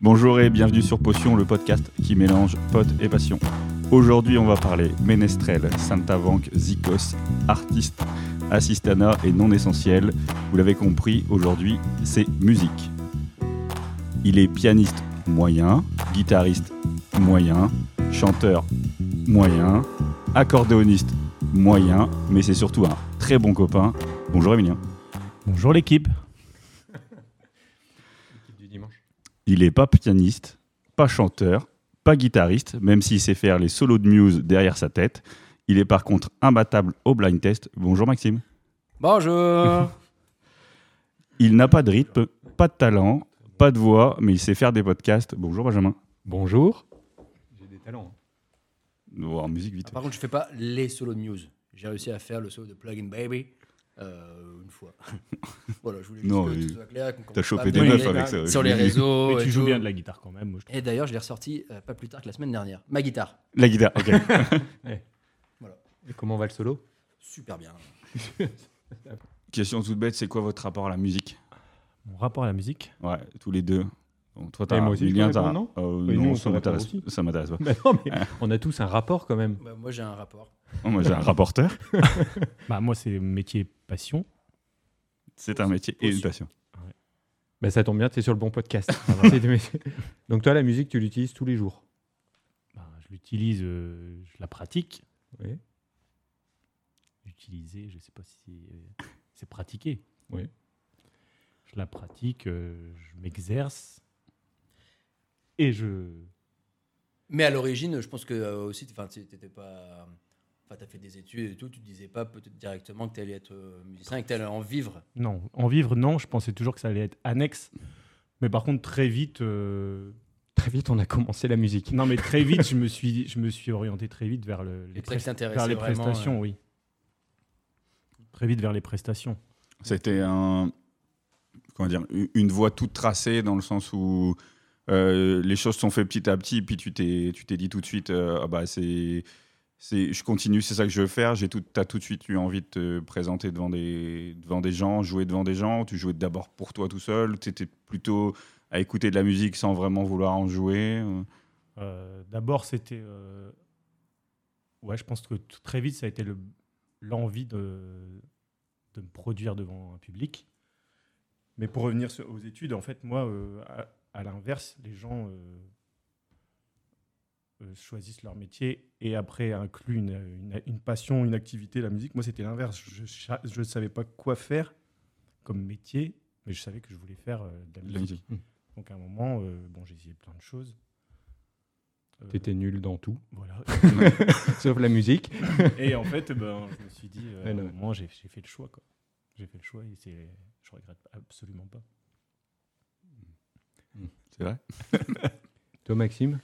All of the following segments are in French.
Bonjour et bienvenue sur Potion, le podcast qui mélange potes et passion. Aujourd'hui, on va parler Ménestrel, Saint-Avanque, Zikos, artiste, assistana et non essentiel. Vous l'avez compris, aujourd'hui, c'est musique. Il est pianiste moyen, guitariste moyen, chanteur moyen, accordéoniste moyen, mais c'est surtout un très bon copain. Bonjour Emilien. Bonjour l'équipe. Il est pas pianiste, pas chanteur, pas guitariste, même s'il sait faire les solos de Muse derrière sa tête. Il est par contre imbattable au blind test. Bonjour Maxime. Bonjour Il n'a pas de rythme, pas de talent, pas de voix, mais il sait faire des podcasts. Bonjour Benjamin. Bonjour. J'ai des talents. Oh, en musique vite. Par contre, je fais pas les solos de Muse. J'ai réussi à faire le solo de Plug in Baby euh, une fois. voilà, je voulais juste Non, que mais tout soit clair. qu'on T'as comprenne chopé pas des bien meufs les- avec ça. Sur les réseaux. Mais et tu joues tout. bien de la guitare quand même. moi, je trouve. Et d'ailleurs, je l'ai ressorti euh, pas plus tard que la semaine dernière. Ma guitare, La guitare, ok. hein. Et comment va le solo super bien. Question toute bête, c'est quoi votre rapport à la musique Mon rapport à la musique. Ouais, tous les deux. Bon, toi, t'as Et moi aussi, Emilien, je peux t'as- répondre, Euh, Et nous, non, on ça peut répondre m'intéresse- aussi. ça m'intéresse pas. Bah non, mais on a tous un rapport quand même. Bah, moi, j'ai un rapport. Oh, moi, j'ai un rapporteur. Bah moi c'est métier passion. C'est un métier et une Aussi. passion. Bah ça tombe bien, t'es sur le bon podcast. C'est- Donc toi, la musique, tu l'utilises tous les jours. Bah, je l'utilise, euh, je la pratique. Oui. Utiliser, je sais pas si euh, c'est pratiquer. Oui. Je la pratique, euh, je m'exerce et je. Mais à l'origine, je pense que euh, aussi, enfin, tu- t'étais pas. euh, Enfin, t'as fait des études et tout, tu te disais pas peut-être directement que t'allais être euh, musicien et que t'allais en vivre. Non, en vivre non. Je pensais toujours que ça allait être annexe. Mais par contre très vite. euh, Très vite, on a commencé la musique. Non mais très vite, je me suis, je me suis orienté très vite vers le, Les les, trucs prest- t'intéressaient vers les vraiment, euh, prestations, ouais. oui. Très vite vers les prestations. C'était un, comment dire, u- une voie toute tracée dans le sens où euh, les choses sont faites petit à petit, puis tu t'es, tu t'es dit tout de suite, euh, ah bah c'est, c'est, je continue, c'est ça que je veux faire. J'ai tout, t'as tout de suite eu envie de te présenter devant des, devant des gens, jouer devant des gens. Tu jouais d'abord pour toi tout seul. Tu étais plutôt à écouter de la musique sans vraiment vouloir en jouer. euh. Euh, D'abord, c'était. euh, Ouais, je pense que t- très vite, ça a été le- l'envie de... de me produire devant un public. Mais pour revenir sur- aux études, en fait, moi, euh, à, à l'inverse, les gens euh, euh, choisissent leur métier et après incluent une, une- une passion, une activité, la musique. Moi, c'était l'inverse. Je cha- je ne savais pas quoi faire comme métier, mais je savais que je voulais faire euh, de la La musique. musique. Donc, à un moment, euh, bon, j'ai essayé plein de choses. Euh, T'étais nul dans tout, voilà. sauf la musique. Et en fait, ben, je me suis dit, euh, Ouais, non. à un moment, j'ai j'ai fait le choix. quoi. J'ai fait le choix et c'est- je regrette absolument pas. C'est vrai. Toi, Maxime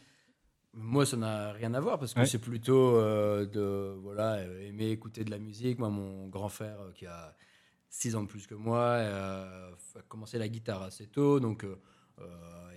Moi, ça n'a rien à voir parce que Ouais. c'est plutôt euh, de voilà euh, aimer écouter de la musique. Moi, mon grand frère euh, qui a 6 ans de plus que moi euh, a commencé la guitare assez tôt, donc euh, euh,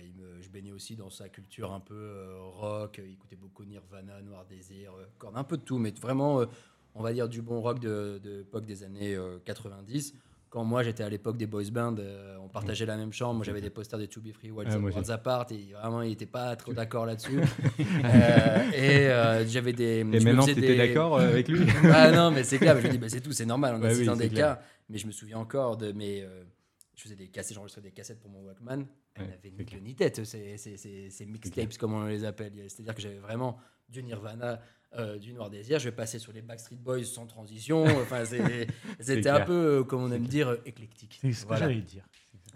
il me- je baignais aussi dans sa culture un peu euh, rock. Il écoutait beaucoup Nirvana, Noir Désir, euh, Korn, un peu de tout, mais vraiment, euh, on va dire du bon rock de, de l'époque des années euh, 90. Quand moi j'étais à l'époque des boys bands, euh, on partageait la même chambre. Moi j'avais des posters de To Be Free, Worlds Ah, moi, j'ai- Worlds Apart, et vraiment il n'était pas trop d'accord là-dessus. Euh, et euh, j'avais Et des. je me maintenant, faisais t'étais des- d'accord euh, avec lui Ah non, mais c'est clair. Je me dis, bah, c'est tout, c'est normal. On Ouais, a six oui, ans c'est d'écart. Mais je me souviens encore de mes. euh, je faisais des cassettes, j'enregistrais des cassettes pour mon Walkman. Elle Ouais, n'avait c'est ni clair. queue ni tête, ces, ces- ces- ces mixtapes, comme on les appelle. C'est-à-dire que j'avais vraiment du Nirvana, euh, du Noir Désir. Je vais passer sur les Backstreet Boys sans transition. Enfin, c'est- c'était un clair. peu, euh, comme on aime dire, euh, éclectique. C'est ce Voilà. que j'allais dire.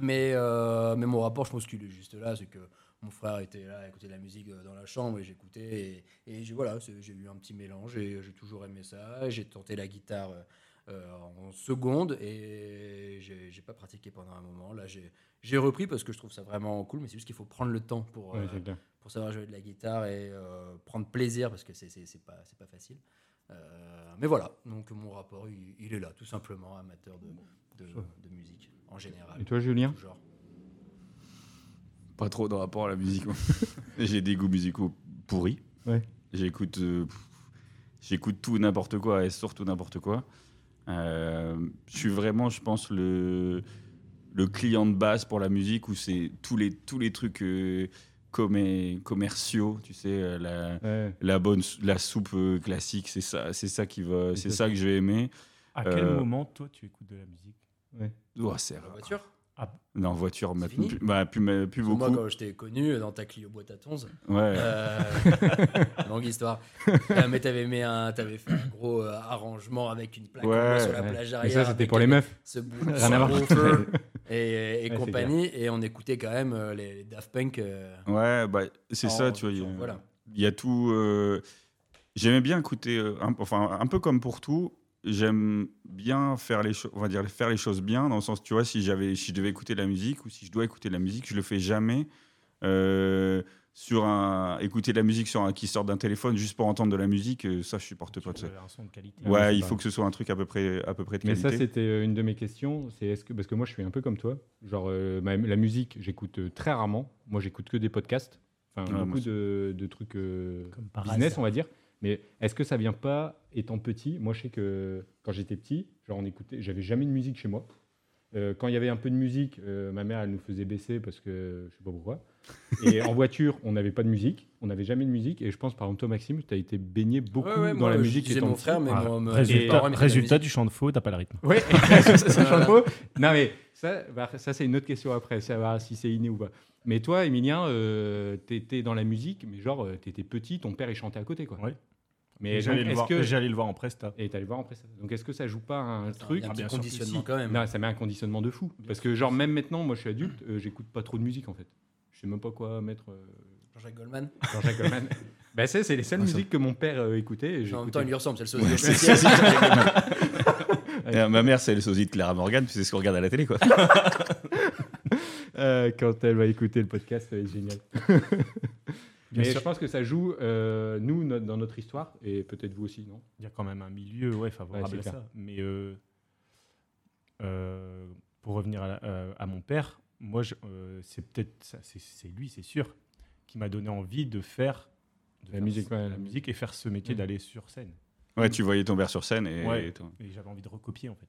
Mais, euh, mais mon rapport, je pense qu'il est juste là, c'est que mon frère était là, écoutait de la musique euh, dans la chambre et j'écoutais. Et, et j'ai- voilà, c'est- j'ai eu un petit mélange et j'ai toujours aimé ça. J'ai tenté la guitare euh, euh, en seconde et j'ai j'ai pas pratiqué pendant un moment. Là, j'ai j'ai repris parce que je trouve ça vraiment cool, mais c'est juste qu'il faut prendre le temps pour, euh, pour savoir jouer de la guitare et euh, prendre plaisir parce que c'est c'est- c'est pas, c'est pas facile. Euh, mais voilà, donc mon rapport, il, il est là, tout simplement, amateur de, de, de musique en général. Et toi, Julien Tout genre. Pas trop de rapport à la musique. moi. J'ai des goûts musicaux pourris. Ouais. J'écoute, euh, pff, j'écoute tout n'importe quoi et surtout n'importe quoi. Euh, je suis vraiment, je pense, le, le client de base pour la musique où c'est tous les, tous les trucs euh, commer- commerciaux, tu sais, euh, la, Ouais. la bonne sou- la soupe euh, classique, c'est ça, c'est ça qui va, c'est ça que j'ai aimé. À quel Euh, moment, toi, tu écoutes de la musique Oh, c'est La rare. voiture Non, voiture, maintenant, fini plus, bah, plus, mais- plus Moi, beaucoup. quand je t'ai connu, dans ta Clio boîte à tonze, Ouais. Euh, longue histoire. Euh, mais t'avais mis un, t'avais fait un gros euh, arrangement avec une plaque en bois Ouais, sur la Ouais. plage Mais arrière. ça, c'était avec pour les un- meufs. Ce bout, Rien à voir. feu et, et Ouais, compagnie. Et on écoutait quand même euh, les, les Daft Punk. euh, Ouais, bah, c'est en- ça, tu vois. il y a- Voilà. Il y a tout. euh, J'aimais bien écouter, euh, un, enfin un peu comme pour tout. J'aime bien faire les choses, on va dire faire les choses bien dans le sens, tu vois, si j'avais, si je devais écouter de la musique ou si je dois écouter de la musique, je le fais jamais euh, sur un écouter de la musique sur un qui sort d'un téléphone juste pour entendre de la musique. euh, ça, je supporte pas de ça. Sur, euh, Un son de qualité. Ouais, Ouais, c'est il pas- faut que ce soit un truc à peu près, à peu près de Mais ça, qualité. c'était euh, une de mes questions. C'est est-ce que parce que moi, je suis un peu comme toi. Genre, euh, ma- la musique, j'écoute euh, très rarement. Moi, j'écoute que des podcasts. Enfin, Ah, Ouais, moi beaucoup de, de trucs euh, Comme par business, hasard. on va dire. Mais est-ce que ça vient pas étant petit Moi, je sais que quand j'étais petit, genre, on écoutait. J'avais jamais de musique chez moi. Euh, quand il y avait un peu de musique, euh, ma mère, elle nous faisait baisser parce que je sais pas pourquoi. Et en voiture, on n'avait pas de musique. On n'avait jamais de musique. Et je pense, par exemple, toi, Maxime, tu as été baigné beaucoup Ouais, ouais, dans moi, la je musique. disais étant mon petit. frère, mais Ah, mon- mes résultat, parents, ils mettaient la résultat, musique. tu chantes faux, t'as pas le rythme. Oui, ça, ça change Voilà. pas. Non, mais ça, bah, ça c'est une autre question après, savoir si c'est inné ou pas. Mais toi, Emilien, euh, t'étais dans la musique, mais genre, euh, t'étais petit, ton père, il chantait à côté, quoi. Ouais. Mais donc, j'allais le, est-ce voir- que... j'allais le voir en presta. Et t'allais voir après ça. Donc, est-ce que ça joue pas un Il truc y a un Ah, petit bien sûr que conditionnement si. quand même. Non, ça met un conditionnement de fou. Parce que, genre, même maintenant, moi, je suis adulte, euh, j'écoute pas trop de musique, en fait. Je sais même pas quoi mettre... euh, Jean-Jacques Goldman. Jean-Jacques Goldman. bah, c'est, c'est les seules Ouais, ça- musiques que mon père euh, écoutait. et Ah, En même j'écoutais. temps, il lui ressemble, c'est le sosie. Ouais, c'est- c'est- c'est- Et, euh, Ma mère, c'est le sosie de Clara Morgan, puis c'est ce qu'on regarde à la télé, quoi. Euh, quand elle va écouter le podcast, euh, ça va être génial. Bien Mais sûr. je pense que ça joue, euh, nous, no- dans notre histoire, et peut-être vous aussi, non Il y a quand même un milieu ouais, favorable Ouais, à c'est ça. Mais euh, euh, pour revenir à, la- euh, à mon père, moi, je- euh, c'est peut-être ça, c'est- c'est lui, c'est sûr, qui m'a donné envie de faire de La faire musique, ce- ouais, la la musique et faire ce métier Mm. d'aller sur scène. Ouais, tu voyais ton père sur scène et. Ouais. et toi. Et j'avais envie de recopier en fait.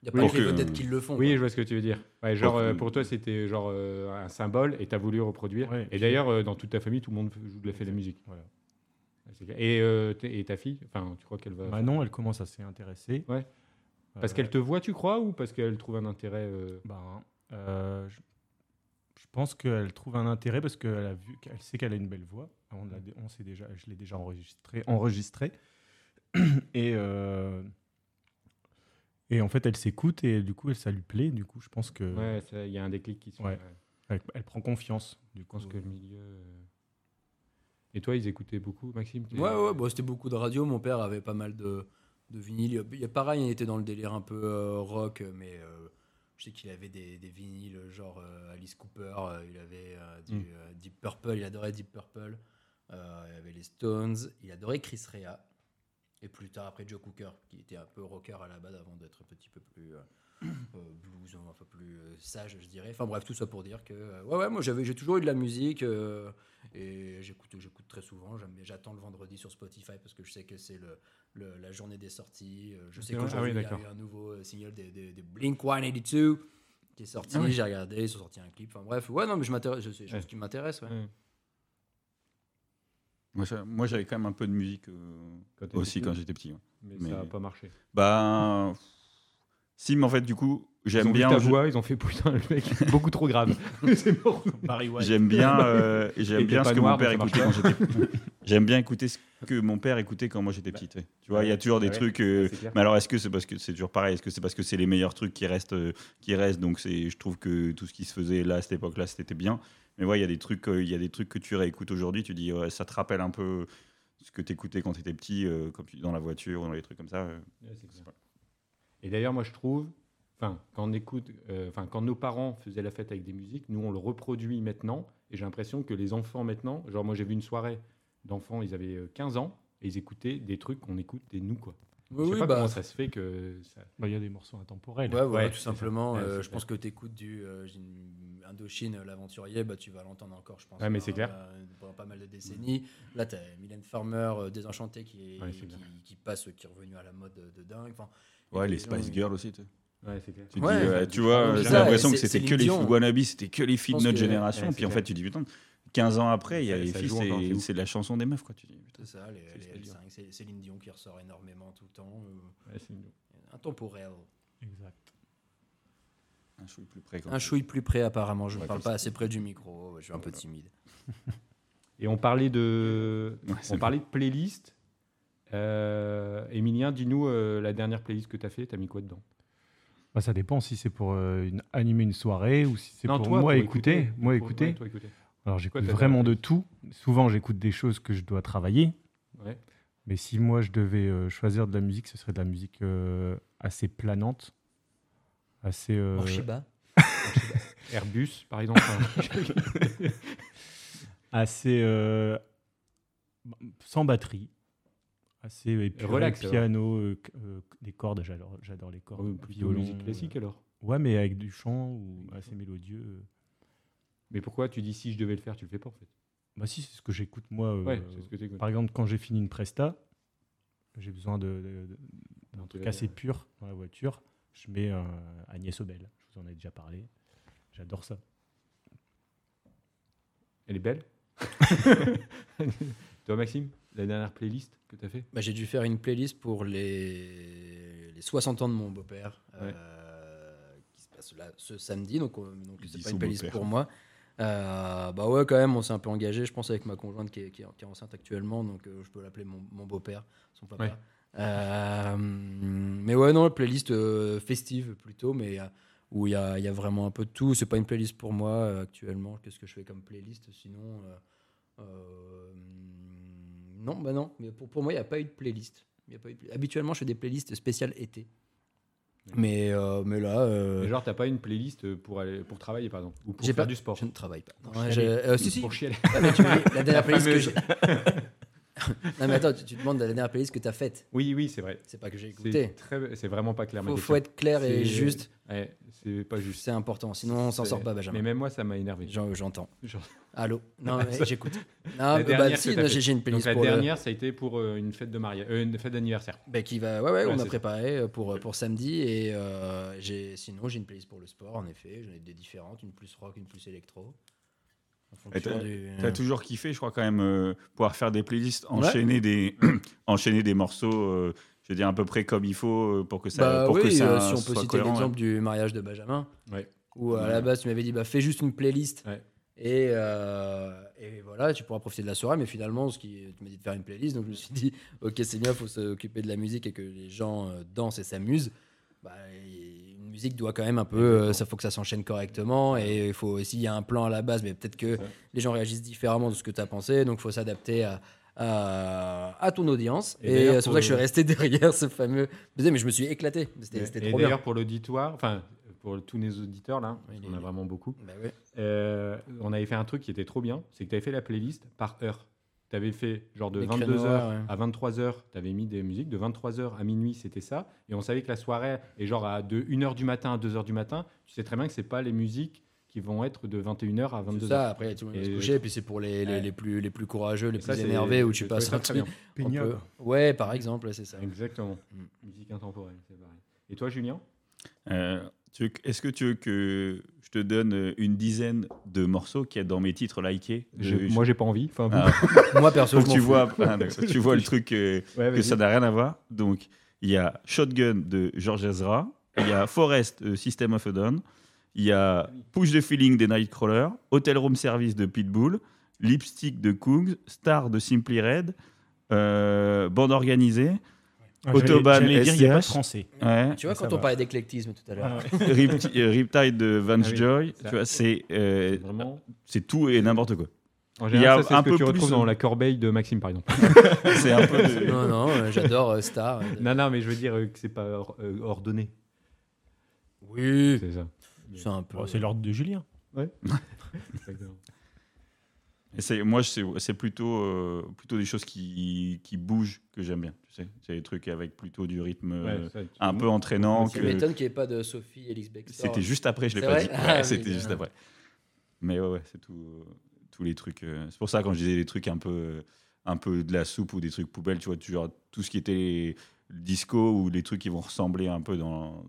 Il n'y a pas Pour que les que- vedettes qui le font. Oui, quoi. je vois ce que tu veux dire. Ouais, genre, Pour- euh, pour toi, c'était genre euh, un symbole, et t'as voulu reproduire. Ouais, et puis- d'ailleurs, euh, dans toute ta famille, tout le monde joue de la, fait de la musique. Voilà. Ouais, c'est clair. Et, euh, t'es- et ta fille, enfin, tu crois qu'elle va... Manon, elle commence à s'y intéresser. Ouais. Euh, Parce qu'elle te voit, tu crois, ou parce qu'elle trouve un intérêt euh, ben, euh, je, je pense qu'elle trouve un intérêt parce qu'elle a vu, qu'elle sait qu'elle a une belle voix. On l'a dé- on s'est déjà, je l'ai déjà enregistré, enregistré. et euh, et en fait, elle s'écoute et du coup, elle, ça lui plaît. Du coup, je pense que Ouais, ça, il y a un déclic qui se Euh, Ouais. fait. ouais. elle, elle prend confiance. Du Je pense coup, que le milieu... euh, Et toi, ils écoutaient beaucoup, Maxime t'es- Ouais, ouais, bah, c'était beaucoup de radio. Mon père avait pas mal de, de vinyles. Il y a- Il y a pareil, il était dans le délire un peu euh, rock, mais euh, je sais qu'il avait des, des vinyles genre euh, Alice Cooper, euh, il avait euh, du, Mm. euh, Deep Purple, il adorait Deep Purple, euh, il avait les Stones, il adorait Chris Rea, et plus tard après Joe Cooker, qui était un peu rocker à la base avant d'être un petit peu plus euh, euh, blues, un peu plus euh, sage, je dirais. Enfin bref, tout ça pour dire que euh, ouais, ouais, moi j'avais, j'ai toujours eu de la musique. euh, et j'écoute, j'écoute très souvent. J'aime bien- J'attends le vendredi sur Spotify parce que je sais que c'est le, le- la journée des sorties. Euh, Je sais Ah ouais, qu'aujourd'hui, ah oui, il y a eu d'accord. un nouveau euh, single des, des, des Blink 182 qui est sorti. Ah ouais. J'ai regardé, ils ont sorti un clip. Enfin bref, ouais, non, mais je m'intéresse. Je sais, je Ouais. pense que tu m'intéresses. Ouais. Ouais. Moi, j'a- Moi, j'avais quand même un peu de musique euh, Quand t'étais aussi petit. quand j'étais petit. ouais. mais, Mais- ça n'a pas marché. Ben. Si, mais en fait, du coup, ils j'aime ont bien. vu ta je- voix, ils ont fait putain le mec, est beaucoup trop grave. c'est mort. Barry White. J'aime bien, euh, Et j'aime t'es bien pas ce que mon noir, père donc ça écoutait quand marche j'étais J'aime bien écouter ce que mon père écoutait quand moi j'étais petit. ouais. Tu vois, il y a toujours des Bah, ouais, trucs. euh, c'est clair. mais alors, est-ce que c'est parce que c'est toujours pareil Est-ce que c'est parce que c'est les meilleurs trucs qui restent, euh, qui restent Donc, c'est, je trouve que tout ce qui se faisait là à cette époque-là, c'était bien. Mais ouais, il y a des trucs, euh, il y a des trucs que tu réécoutes aujourd'hui. Tu dis, ouais, ça te rappelle un peu ce que t'écoutais quand t'étais petit, euh, comme tu dis, dans la voiture, dans les trucs comme ça. euh. Ouais, c'est clair. pas- Et d'ailleurs, moi je trouve, enfin, quand on écoute, euh, enfin, quand nos parents faisaient la fête avec des musiques, nous on le reproduit maintenant. Et j'ai l'impression que les enfants maintenant, genre moi j'ai vu une soirée d'enfants, ils avaient euh, 15 ans et ils écoutaient des trucs qu'on écoute des nous quoi. je Oui, sais oui, pas bah, comment ça se fait que ça. Bah, Il y a des morceaux intemporels. Ouais, voilà, Ouais, tout c'est ça. simplement. Ouais, euh, c'est je ça. pense que tu écoutes du euh, j'ai une- Indochine, euh, l'aventurier, bah, tu vas l'entendre encore, je pense. Ouais, mais hein, c'est clair. euh, pendant pas mal de décennies. Là, tu as Mylène Farmer, euh, Désenchantée, qui, est- Ouais, c'est qui, clair. qui passe, euh, qui est revenue à la mode de, de dingue. Enfin, Ouais, Et les puis, non, Spice mais- Girls aussi. tu sais. Ouais, c'est clair. Tu, dis, Ouais. euh, tu vois, C'est j'ai ça, l'impression et que c'est- c'était c'est que les l'idiot. fous wannabes, c'était que les filles de pense notre que- génération. ouais, puis en c'est fait, tu dis putain, 15 ans après, il y a Ça- les ça filles, joue encore, c'est c'est- ouf. c'est de la chanson des meufs. Quoi. Tu dis, putain, C'est ça, les, C'est les spécial. L5, c'est Céline Dion qui ressort énormément tout le temps. euh, Ouais, c'est mignon. intemporel. Exact. un chouille plus près. quand Un même. chouille plus près apparemment, je ne Ouais, parle comme ça. pas assez près du micro, je suis un peu timide. Et on parlait de, Ouais, c'est on parlait de playlist. Euh, Emilien, dis-nous euh, la dernière playlist que tu as fait, tu as mis quoi dedans Bah, ça dépend si c'est pour euh, une- animer une soirée ou si c'est Non, pour toi, moi pour écouter. Moi Pour- écouter. ouais, toi, écouter. Alors Quoi, j'écoute t'as vraiment des de tout. Souvent j'écoute des choses que je dois travailler. Ouais. Mais si moi je devais euh, choisir de la musique, ce serait de la musique euh, assez planante, assez. euh, Archiba Airbus, par exemple. hein. assez euh, sans batterie, assez épuré, Relax, alors. piano, euh, c- euh, des cordes, j'adore, j'adore les cordes, Euh, plutôt violon, musique classique euh, alors. ouais, mais avec du chant ou Avec du assez chant. mélodieux. euh. Mais pourquoi tu dis si je devais le faire, tu le fais pas en fait Bah si, c'est ce que j'écoute moi. euh, Ouais, c'est ce que tu écoutes. Par exemple, quand j'ai fini une presta, j'ai besoin de, de- de- d'un Donc, truc euh, assez pur dans la voiture. Je mets un Agnès Obel. Je vous en ai déjà parlé. J'adore ça. Elle est belle. Toi, Maxime, la dernière playlist que tu as fait Bah, j'ai dû faire une playlist pour les, les 60 ans de mon beau-père, Ouais. euh, qui se passe là ce samedi, donc, euh, donc Il c'est dit pas son une playlist beau-père. pour moi. Euh, bah ouais, quand même, on s'est un peu engagé, je pense, avec ma conjointe qui est, qui est- qui est enceinte actuellement, donc euh, je peux l'appeler mon, mon beau-père, son papa. Ouais. Euh, mais ouais, non, playlist euh, festive plutôt, mais euh, où il y a, il y a vraiment un peu de tout. C'est pas une playlist pour moi euh, actuellement. Qu'est-ce que je fais comme playlist sinon euh, euh, Non, bah non. Mais pour, pour moi, il n'y a pas eu de playlist. Il y a pas eu de pla- Habituellement, je fais des playlists spéciales été. Mais, euh, mais là, euh, Genre, t'as pas une playlist pour, aller, pour travailler, par exemple, ou pour J'ai faire pas- du sport je ne travaille pas. Pour Ouais, chialer. je- euh, si, si. Pour chialer. Ah, mais tu me dis, la dernière playlist que fameuse. j'ai. non, mais attends, tu, tu demandes la dernière playlist que tu as faite. Oui, oui, c'est vrai. C'est pas que j'ai C'est écouté. très- c'est vraiment pas clair. ma Faut, question. faut être clair et C'est- juste. Ouais, c'est pas juste. C'est important. Sinon, on s'en C'est- sort pas, Mais Benjamin. même moi, ça m'a énervé. J'en- J'entends. Genre- Allô Non, mais j'écoute. Non, euh, bah, dernière si, que t'as non, fait. j'ai j'ai une Donc, playlist la pour le- dernière, ça a été pour euh, une fête de mariage, euh, une fête d'anniversaire. bah, qui va. Ouais, ouais, Ouais, on c'est a ça. préparé euh, pour, euh, pour samedi. Et euh, j'ai- sinon, j'ai une playlist pour le sport, en effet. J'en ai des différentes, une plus rock, une plus électro. En fonction t'as- du- T'as toujours kiffé, je crois, quand même, euh, pouvoir faire des playlists, Ouais. enchaîner, des, enchaîner des morceaux, euh, je veux dire, à peu près comme il faut euh, pour que ça. Bah pour oui, que ça euh, si on peut soit citer cohérent, l'exemple du mariage de Benjamin, Ouais. où à Ouais. la base tu m'avais dit bah, fais juste une playlist Ouais. et, euh, et voilà, tu pourras profiter de la soirée, mais finalement ce qui, tu m'as dit de faire une playlist, donc je me suis dit ok, c'est bien, faut s'occuper de la musique et que les gens euh, dansent et s'amusent. Bah, et une musique doit quand même un peu, euh, ça faut que ça s'enchaîne correctement et il faut s'il y a un plan à la base, mais peut-être que ça. les gens réagissent différemment de ce que tu as pensé, donc faut s'adapter à, à, à ton audience. Et Et, d'ailleurs, euh, c'est pour ça que je suis pour- resté derrière ce fameux. Mais je me suis éclaté. C'était c'était Et trop bien. d'ailleurs, pour l'auditoire, enfin, pour tous nos auditeurs, là, Oui, on a les- vraiment beaucoup, Bah ouais. euh, on avait fait un truc qui était trop bien, c'est que tu avais fait la playlist par heure. Tu avais fait genre de Des créneaux 22h horaires, ouais. à 23h, tu avais mis des musiques, de 23h à minuit, c'était ça. Et on savait que la soirée, et genre à de 1h du matin à 2h du matin, tu sais très bien que c'est pas les musiques qui vont être de 21h à C'est 22h. ça, après tout le monde va Et- se coucher, et puis c'est pour les, les, Ouais. les plus, les plus courageux, les Et ça, plus c'est- énervés, où je tu trouvais passes ça un très truc. bien. un peu- Pénible. Ouais, par exemple, c'est ça. Exactement. Mm. Musique intemporelle, c'est pareil. Et toi, Julien Euh, tu veux que- Est-ce que tu veux que je te donne euh, une dizaine de morceaux qu'il y a dans mes titres likés de- Moi, j'ai pas envie. Enfin, Euh, Ah, Moi, perso, Faut je que m'en tu fous. vois, ah, d'accord, tu vois le truc euh, ouais, que vas-y. ça n'a rien à voir. Donc, il y a Shotgun de George Ezra, il y a Forest euh, System of a Down, il y a Push the Feeling des Nightcrawler, Hotel Room Service de Pitbull, Lipstick de Kungs, Star de Simply Red, euh, Bande Organisée, Ah, J'allais- Autobahn j'allais dire, il y a pas de STH. français. ouais, Tu vois, Ça quand va. on parlait d'éclectisme tout à l'heure, Ripti- euh, Riptide de Vance Ah oui, Joy, ça. tu vois, c'est euh, Vraiment. c'est tout et n'importe quoi. En Il y a général, ça, c'est un ce que peu tu retrouves plus, dans hein. la corbeille de Maxime, par exemple. C'est un peu de- non, non, euh, j'adore euh, Star. euh, Non, non, mais je veux dire euh, que c'est pas or- euh, ordonné. Oui, C'est ça. c'est un peu. Oh, c'est l'ordre de Julien. Euh, Et c'est- moi, c'est c'est plutôt, euh, plutôt des choses qui, qui bougent que j'aime bien. Tu sais, c'est des trucs avec plutôt du rythme euh, un Mmh. peu entraînant. Ça que- m'étonne qu'il n'y ait pas de Sophie Elix Bextor. C'était juste après, je l'ai C'est pas vrai dit. Ah Ouais, oui, C'était juste euh. après. Mais ouais, ouais, c'est tout, euh, tous les trucs. euh, c'est pour ça quand je disais les trucs un peu, un peu de la soupe ou des trucs poubelles, tu vois, tu- genre, tout ce qui était le disco ou les trucs qui vont ressembler un peu dans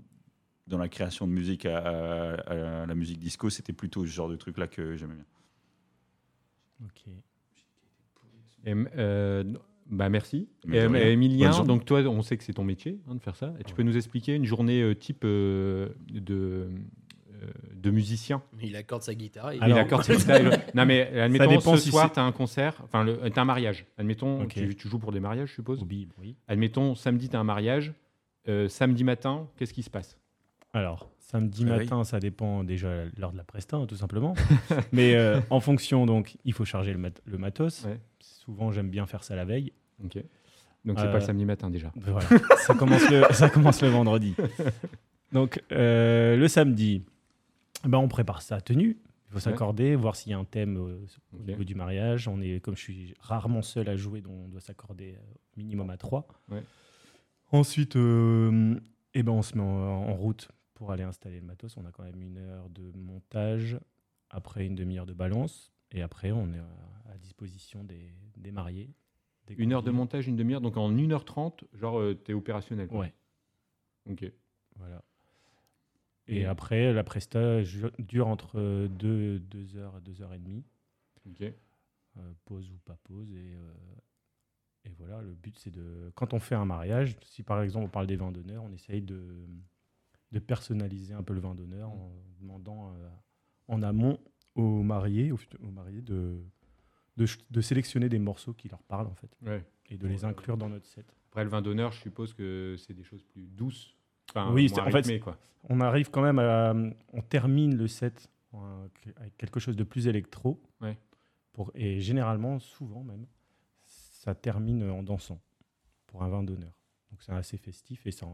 dans la création de musique à, à- à la musique disco, c'était plutôt ce genre de truc-là que j'aimais bien. Ok. Et, euh, non, bah, merci. Mais de Et, euh, rien. Bonne Emilien, journée. donc toi, on sait que c'est ton métier hein, de faire ça. Et tu peux nous expliquer une journée euh, type euh, de, euh, de musicien Il accorde sa guitare. et- Il accorde ses styles. Non, mais euh, admettons, dépend ce si soir, c'est- tu as un concert, enfin, le- euh, t'as un mariage. Admettons, Ok. tu, tu joues pour des mariages, je suppose. Obi, oui. Admettons, samedi, tu as un mariage. Euh, samedi matin, qu'est-ce qui se passe Alors, samedi Réveil. matin, ça dépend déjà l'heure de la presta, hein, tout simplement. Mais euh, en fonction, donc, il faut charger le, mat- le matos. Ouais. Souvent, j'aime bien faire ça la veille. Ok. Donc, c'est Euh, pas le samedi matin déjà. Mais voilà, ça, commence le, ça commence le vendredi. Donc, euh, le samedi, ben, on prépare sa tenue. Il faut s'accorder, voir s'il y a un thème euh, au Ok. niveau du mariage. On est, comme je suis rarement seul à jouer, donc on doit s'accorder euh, minimum à trois. Ouais. Ensuite, euh, eh ben, on se met en, en route pour aller installer le matos. On a quand même une heure de montage, après une demi-heure de balance, et après, on est euh, à, à disposition des, des mariés. des Une heure de convives. montage, une demi-heure. Donc, en 1h30, genre, euh, t'es opérationnel. quoi. Ouais. Ok. Voilà. Et Et- après, la presta ju- dure entre 2 deux, heures et 2 heures et demie, Ok. euh, pause ou pas pause. Et, euh, et voilà, le but c'est de... Quand on fait un mariage, si par exemple on parle des vins d'honneur, on essaye de, de personnaliser un peu le vin d'honneur en demandant euh, en amont aux mariés, aux, fut- aux mariés de, de, ch- de sélectionner des morceaux qui leur parlent en fait Ouais. et de les inclure dans notre set. Après, le vin d'honneur, je suppose que c'est des choses plus douces. Enfin, Oui, moins c'est- en fait, rythmées, quoi. on arrive quand même à. On termine le set euh, avec quelque chose de plus électro. Ouais. Pour, et généralement, souvent même, ça termine en dansant pour un vin d'honneur. Donc c'est assez festif et ça,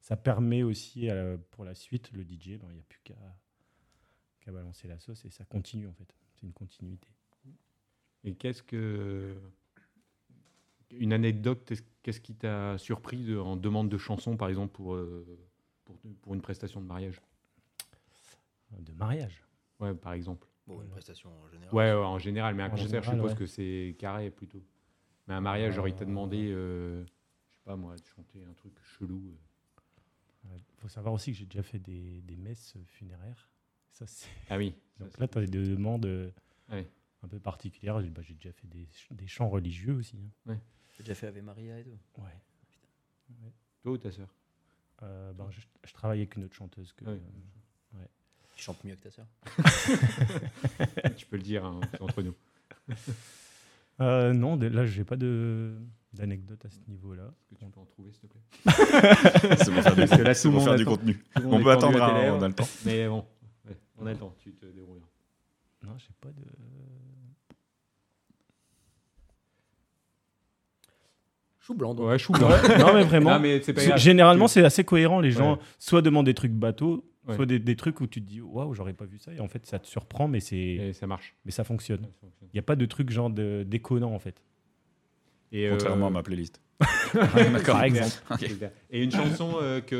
ça permet aussi euh, pour la suite, le DJ, ben, il n'y a plus qu'à qu'à balancer la sauce et ça continue en fait. C'est une continuité. Et qu'est-ce que. Une anecdote, qu'est-ce- qu'est-ce qui t'a surpris de- en demande de chanson, par exemple, pour, euh, pour, pour une prestation de mariage De mariage. Ouais, par exemple. Bon, une prestation en général. Ouais, ouais, en général, mais un En concert, je général, suppose ouais. que c'est carré plutôt. Mais un mariage, genre, il t'a demandé, euh, je sais pas moi, de chanter un truc chelou. euh. Il faut savoir aussi que j'ai déjà fait des, des messes funéraires. Ça, c'est Ah oui. ça, Ah Donc là, tu as des demandes euh, Ouais. un peu particulières. J'ai bah, j'ai déjà fait des, ch- des chants religieux aussi. hein. J'ai déjà fait Ave Maria et tout. c'est toi ou ta sœur Euh, ben, je, je travaille avec une autre chanteuse. Que, Ah oui. euh, Tu chantes mieux que ta sœur. Tu peux le dire, hein, c'est entre nous. euh, non, de- là, j'ai pas de- d'anecdote à ce niveau-là. Est-ce que tu peux en trouver, s'il te plaît C'est pour faire du, Parce que là, c'est tout pour le monde faire du attend. contenu. Tout le monde On est peut tendu attendre, à tes hein, lèvres. on a le temps. Mais bon, ouais, on attend, tu te hein. déroules. Non, j'ai pas de. Chou blanc, donc. Ouais, chou non, mais vraiment. Non, mais c'est pas c'est- grave. Généralement, Tu- c'est assez cohérent. Les gens Ouais. soit demandent des trucs bateaux, Ouais. soit des, des trucs où tu te dis waouh, j'aurais pas vu ça. Et en fait, ça te surprend, mais, c'est Et ça marche. mais ça fonctionne. Ça fonctionne. Il n'y a pas de truc genre de, déconnant en fait. Et, euh, Contrairement à ma playlist. Par exemple. c'est clair. Et une chanson euh, que,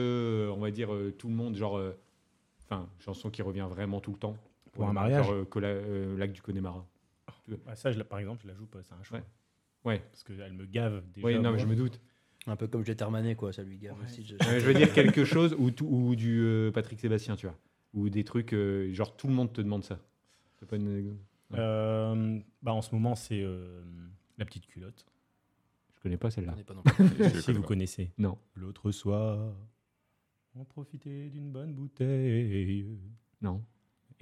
euh, on va dire, euh, tout le monde, genre. euh, Enfin, chanson qui revient vraiment tout le temps. Pour un le- mariage Genre euh, Cola- euh, Lac du Connemara. Ah, ça, je la- par exemple, je la joue pas. C'est un choix. Ouais. Ouais. Parce qu'elle me gave déjà. Oui, non, mais moi. je me doute. Un peu comme Jetermané, quoi. Ça lui gave aussi. Non, mais je veux dire quelque chose ou, tout- ou du euh, Patrick Sébastien, tu vois. Ou des trucs, euh, genre tout le monde te demande ça. C'est pas une anecdote. Euh, bah, en ce moment, c'est euh, la petite culotte. Je connais pas Je celle-là. connais pas non plus. Je si connais vous pas. connaissez. Non. L'autre soir, on profitait d'une bonne bouteille. Non.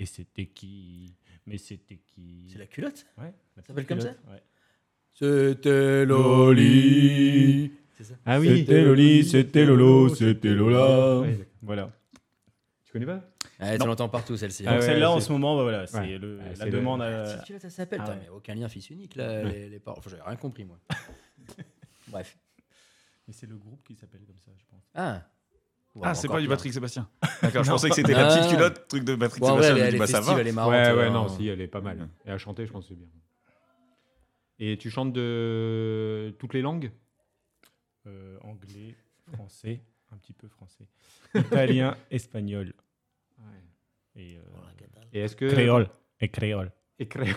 Et c'était qui Mais c'était qui C'est la culotte Ouais, la s'appelle petite comme ça culotte, ouais. C'était Loli. C'est ça Ah oui. C'était Loli, c'était Lolo, c'était Lola. Ouais, d'accord. Voilà. Ah, tu Ah, connais pas Ouais, tu l'entends partout, celle-ci. Ah Donc ouais, celle-là, en c'est- ce moment, bah, voilà, c'est Ouais. le- Ouais, c'est la le- demande. Ah, à- petite culotte, ça s'appelle. Ah Putain, ouais. mais Aucun lien fils unique, là, les, les parents. Enfin, j'avais rien compris, moi. Bref. Mais c'est le groupe qui s'appelle comme ça, je pense. Ah Ah, c'est pas du batterie Patrick Sébastien. D'accord, je Non. pensais que c'était la petite Ah. culotte, truc de Patrick Bon, en vrai, Sébastien. elle, je me elle dis, est bah, ça va. festive, elle est Ah, marrante. Ouais, ouais, euh, non, hein. si, elle est pas mal. Mhm. Et à chanter, je pense que c'est bien. Et tu chantes de toutes les langues Euh, anglais, français, un petit peu français. Italien, espagnol. Et, euh, Oh, la cata. Et est-ce que. créole. Et créole. Et créole.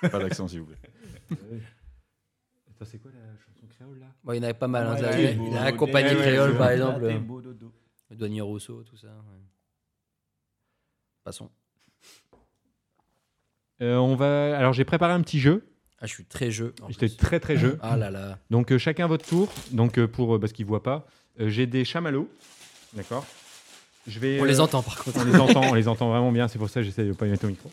Pas d'accent, s'il vous plaît. Attends, c'est quoi la chanson créole là Bon, il y en avait pas mal. hein, Ouais, la, ouais, la- ouais. la compagnie Ouais, ouais, créole, ouais. par exemple. Le douanier euh, Rousseau, tout ça. ouais. Passons. Euh, on va... Alors j'ai préparé un petit jeu. Ah, je suis très jeu. en J'étais plus. très très jeu. Ah là là. Donc euh, chacun votre tour. Donc euh, pour euh, parce qu'ils voient pas, Euh, j'ai des chamallows. D'accord. Je vais. On les euh, entend par contre. On les entend, on les entend vraiment bien. C'est pour ça que j'essaie de pas les mettre au micro.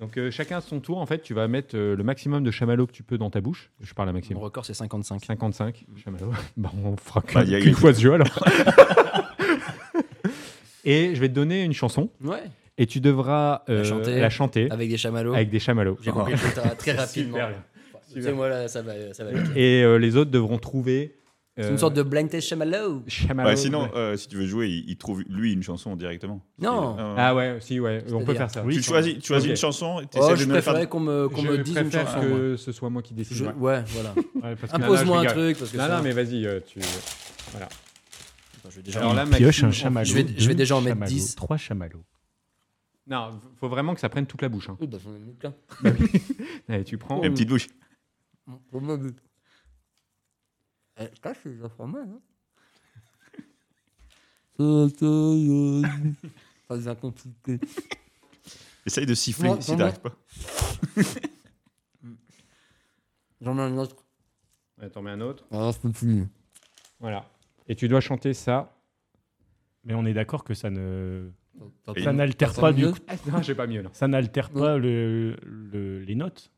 Donc euh, chacun à son tour. En fait, tu vas mettre euh, le maximum de chamallows que tu peux dans ta bouche. Je parle à Maxime. Mon record, c'est 55. 55 chamallows. Bah, on fera que- Bah, y a- qu'une fois ce jeu alors. Et je vais te donner une chanson Ouais, et tu devras euh, La chanter. la chanter avec, avec des chamallows. des chamallows. J'ai compris le tas très rapidement. Super, là. Enfin, tu sais, moi, là, ça va, ça va vite. Et euh, les autres devront trouver. C'est euh, une sorte de blind test chamallow. chamallow. Ouais, sinon, euh, si tu veux jouer, il, il trouve lui une chanson directement. Non. Ah, ouais. Ah ouais, si, ouais, on peut C'est-à-dire- faire ça. tu choisis, tu choisis Ok. une chanson. t'essaies Oh, de je me faire- préférais qu'on me, qu'on me Je dise une préfère chanson. moi. que ce soit moi qui décide. Je- ouais. ouais, voilà. Ouais, Ah, parce que- Impose-moi Non, un non, je rigole. truc. Parce que Non, ça- non, mais vas-y, euh, tu. Voilà. Attends, je vais déjà- Alors là, Pioche Maxime, un on- chamallow. Je vais- je vais deux déjà en mettre chamallows, 10. Trois chamallows. Non, faut vraiment que ça prenne toute la bouche. hein. Oui, bah, j'en ai mis plein. Allez, tu prends. Et petite bouche. Comment vous- Eh, Ça, c'est déjà pas mal. Hein ça devient compliqué. Essaye de siffler Moi, si moi, t'arrives pas. J'en mets un autre. Ah, Ouais, T'en mets un autre. Alors, je continue. Voilà. Et tu dois chanter ça. Mais on est d'accord que ça ne T'as Et- ça pas- n'altère t'as pas mieux du coup, non, j'ai pas mieux, non. ça n'altère Non. pas le, le- les notes.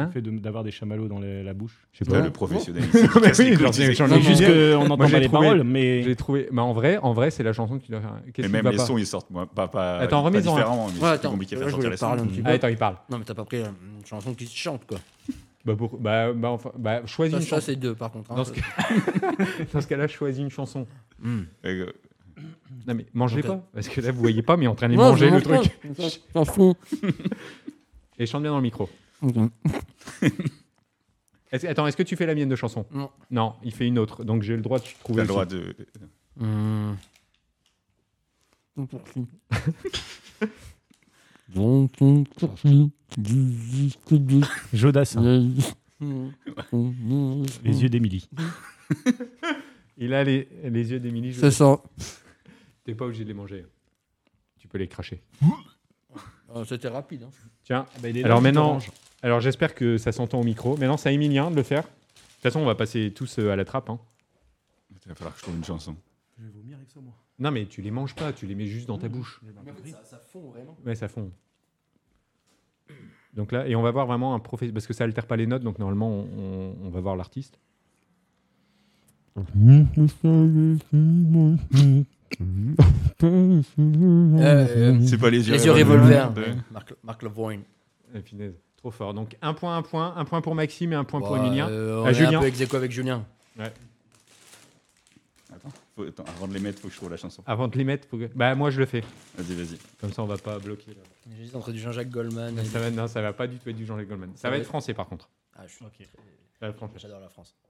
Hein le fait de- d'avoir des chamallows dans la, la bouche. Je sais Ouais, pas. Ouais. le professionnalisme. Mais Casse les oui, couilles, genre, tu sais. j'en ai Non, C'est mais- juste qu'on Moi, n'entend j'ai pas les trouvé- paroles, mais J'ai trouvé. Bah, en vrai, en vrai, c'est la chanson que tu dois faire. Qu'est-ce Et qui même va les pas sons, ils sortent moi, pas, pas, Attends, pas remets-en un. différemment, mais Ouais, c'est plus attends, compliqué à là, faire je sortir voulais les parler sons. un petit Ah, peu. attends, il parle. Non, mais t'as pas pris euh, une chanson qui se chante, quoi. Bah, pour- bah, bah, enfin, bah, choisis Ça, une ça, chanson. c'est deux, par contre. hein. Dans ce cas- dans ce cas-là, choisis une chanson. Hmm. Euh, Non, mais mangez Ok. pas. Parce que là, vous voyez pas, mais on est en train de Non, manger je le mange pas. truc. J'en fous. Et chante bien dans le micro. Ok. Est-ce- attends, est-ce que tu fais la mienne de chanson Non. Non, il fait une autre. Donc j'ai le droit de T'as trouver. le aussi. droit de. Hmm. Ton pourfit. Dans ton pourfit, du disque de Jodassin, les Les yeux d'Émilie. Il a les, les yeux d'Emilie. Je... C'est ça. T'es pas obligé de les manger. Tu peux les cracher. C'était rapide. Hein. Tiens, Ah bah, alors maintenant, alors j'espère que ça s'entend au micro. Maintenant, c'est à Emilien de le faire. De toute façon, on va passer tous euh, à la trappe. hein. Il va falloir que je trouve une chanson. Je vais vomir avec ça, moi. Non, mais tu les manges pas, tu les mets juste dans ta bouche. Ça, fond vraiment. Ouais, ça fond. Donc là, et on va voir vraiment un professeur, parce que ça altère pas les notes, donc normalement, on, on- on va voir l'artiste. Euh, C'est pas les yeux. Mm. les yeux revolver. Marc, Marc Lavoine. Ah, punaise, trop fort. Donc un point, un point, un point pour Maxime et un point pour Bon, Emilien. euh, on Ah, est Julien. un peu ex aequo avec Julien. Attends, faut- attends, avant de les mettre, faut que je trouve la chanson. Avant de les mettre, faut que- bah moi je le fais. Vas-y, vas-y. Comme ça, on va pas bloquer. là. J'ai dit entre du Jean-Jacques Goldman. et- Ça va, non, ça va pas du tout être du Jean-Jacques Goldman. Ça va être français par contre. Ah, je suis- Ok. Ça va être français. J'adore la France. Euh,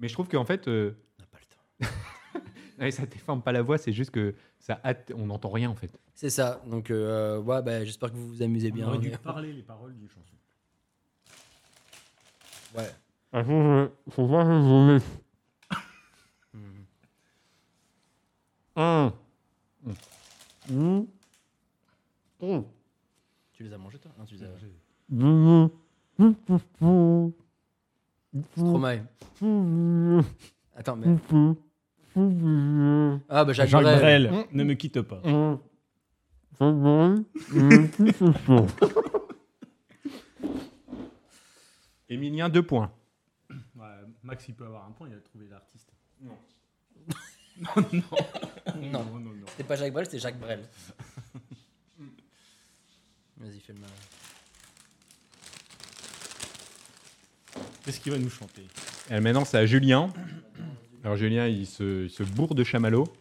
Mais je trouve qu'en fait, euh, On n'a pas le temps. ouais, ça déforme pas la voix, c'est juste que ça hâte, on n'entend rien en fait. C'est ça. Donc, euh, ouais, bah, j'espère que vous vous amusez bien. Mais- parler les paroles d'une chanson. Ouais. Mm. Tu les as mangés, toi Non, tu les as... C'est trop mal. Attends, mais. Ah, bah, Jacques Jacques Brel. Brel, Brel. ne me quitte pas. Emilien, deux points. Max, il peut avoir un point, il a trouvé l'artiste. Non. Non. C'était pas Jacques Brel, c'était Jacques Brel. Vas-y, fais le mal. Qu'est-ce qu'il va nous chanter Et maintenant, c'est à Julien. Alors, Julien, il se, il se bourre de chamallows.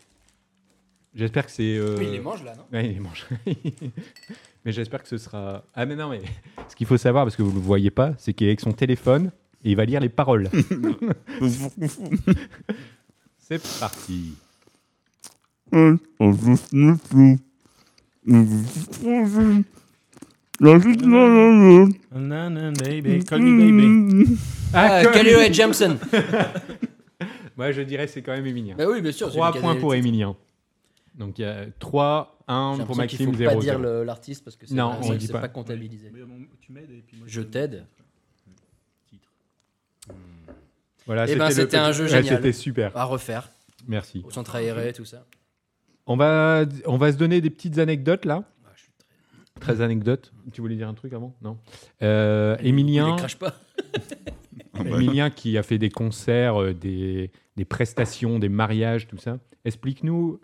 J'espère que c'est. euh, Oui, il les mange là, non Ouais, il les mange. mais j'espère que ce sera. Ah, mais non, mais ce qu'il faut savoir, parce que vous ne le voyez pas, c'est qu'il est avec son téléphone et il va lire les paroles. c'est parti. Non, non, Mm. baby, call me baby. Ah, comme- Calliope Jameson Moi, je dirais c'est quand même Emilien. Bah oui, bien sûr. c'est 3 lui qui a points des- pour Emilien. Donc, il y a 3, J'ai 1 pour l'impression qu'il Maxime, faut pas 0. dire le- l'artiste parce que c'est Non, pas- on c'est- dit c'est pas. pas. comptabilisé. tu m'aides et puis moi, Je t'aide. Voilà, Eh ben, le c'était un petit- jeu Ouais, génial. C'était super. À refaire Merci. au centre aéré, tout ça. On va, on va se donner des petites anecdotes là. Ah, je suis très- 13 anecdotes. Tu voulais dire un truc avant Non. Euh, Emilien, Il crache pas. Ah bah, Emilien qui a fait des concerts, euh, des, des prestations, des mariages, tout ça. Explique-nous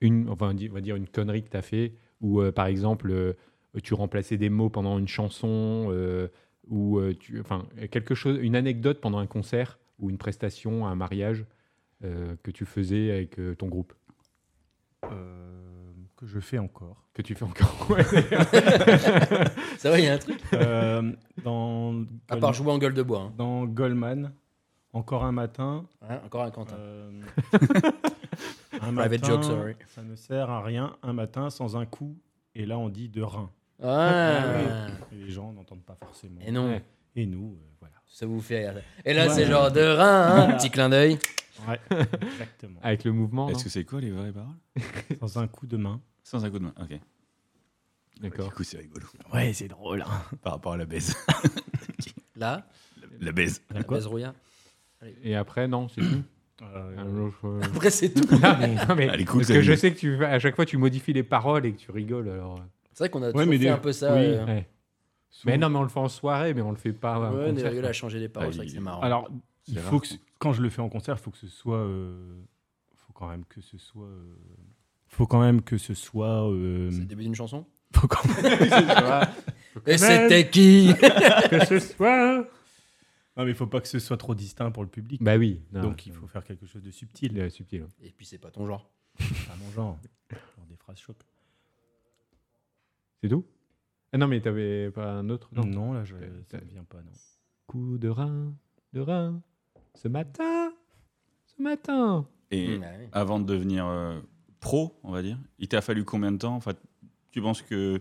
une, enfin, on dit- on va dire une connerie que tu as fait où euh, par exemple euh, tu remplaçais des mots pendant une chanson euh, ou euh, tu, enfin quelque chose, une anecdote pendant un concert ou une prestation, un mariage euh, que tu faisais avec euh, ton groupe. Euh, que je fais encore. Que tu fais encore. Ouais. Ça va, il y a un truc. Euh, À dans, Goldman- part jouer en gueule de bois. hein. dans Goldman, encore un matin. Hein, encore un Quentin. euh, un Private matin, joke, sorry. Ça ne sert à rien un matin sans un coup. Et là, on dit de rein. Ah. Et les gens n'entendent pas forcément. Et non, Ouais. Et nous, euh, voilà. ça vous fait rire. Et là, Ouais. c'est genre de rein, hein, petit clin d'œil. Ouais, exactement. Avec le mouvement. non Est-ce que c'est quoi les vraies paroles Sans un coup de main. Sans un coup de main, ok. D'accord. Du coup, c'est rigolo. Ouais, c'est drôle. hein. Par rapport à la baise. Là, La baise. la base rouillard. Et après, non, c'est tout. Un autre, euh, Après, c'est tout. non, mais, Allez, cool, parce que Xavier. je sais que tu, vas- à chaque fois, tu modifies les paroles et que tu rigoles. Alors, euh, C'est vrai qu'on a Ouais, toujours mais fait des- un peu ça. oui. euh, ouais. Mais non, mais on le fait en soirée, mais on le fait pas. euh, en Ouais, on est concert, rigolo quoi. à changer les paroles, Ah, c'est vrai que il- c'est marrant. Alors, C'est il rare, faut que, je ce- quand je le fais en concert, il faut que ce soit. euh, faut quand même que ce soit. euh, faut quand même que ce soit. euh, c'est le début d'une chanson. faut quand même Et c'était qui que ce soit. Non, mais il faut pas que ce soit trop distinct pour le public. Bah oui. non, Donc, il c'est- faut faire quelque chose de il subtil. est subtil. hein. Et puis, c'est pas ton genre. Pas mon genre. Genre des phrases choc. C'est tout ah, Non, mais t'avais pas un autre Non, non, là, je, Euh, ça t'as- me vient pas, non. Coup de rein, de rein. Ce matin, ce matin. Et Ouais, ouais. avant de devenir euh, pro, on va dire, il t'a fallu combien de temps Enfin, tu penses que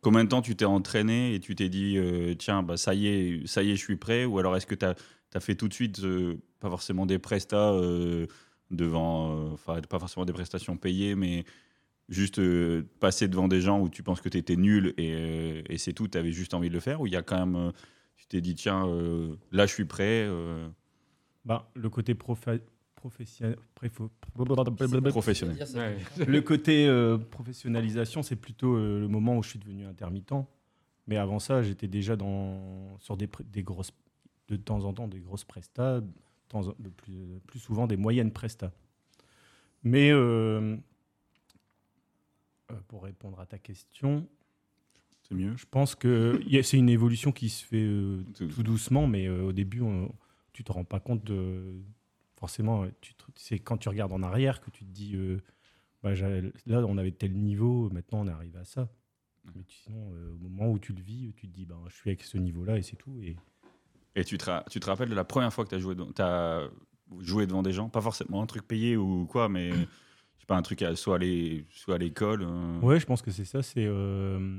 combien de temps tu t'es entraîné et tu t'es dit euh, tiens bah ça y est, ça y est, je suis prêt Ou alors est-ce que t'as as fait tout de suite euh, pas forcément des prestats euh, devant, euh, enfin pas forcément des prestations payées, mais juste euh, passer devant des gens où tu penses que t'étais nul et, euh, et c'est tout, t'avais juste envie de le faire Ou il y a quand même, euh, tu t'es dit tiens euh, là je suis prêt euh, Bah, le côté profa- profession- préfo- professionnel. C'est-à-dire, ça- Le côté euh, professionnalisation, c'est plutôt euh, le moment où je suis devenu intermittent. Mais avant ça, j'étais déjà dans, sur des, pr- des grosses, de temps en temps, des grosses prestas, de temps en- de plus, plus souvent des moyennes prestas. Mais euh, euh, pour répondre à ta question, C'est mieux. je pense que y a- c'est une évolution qui se fait euh, Tout- tout doucement, mais euh, au début, on- tu te rends pas compte de. Forcément, euh, tu te- c'est quand tu regardes en arrière que tu te dis euh, bah, j'avais- là, on avait tel niveau, maintenant on arrive à ça. Mais tu- sinon, euh, au moment où tu le vis, tu te dis ben, je suis avec ce niveau-là et c'est tout. Et Et tu te, ra- tu te rappelles de la première fois que tu as joué, dans- t'as joué devant des gens Pas forcément un truc payé ou quoi, mais je sais pas, un truc à, soit à l'é- soit à l'école. euh, ouais, je pense que c'est ça. C'est euh,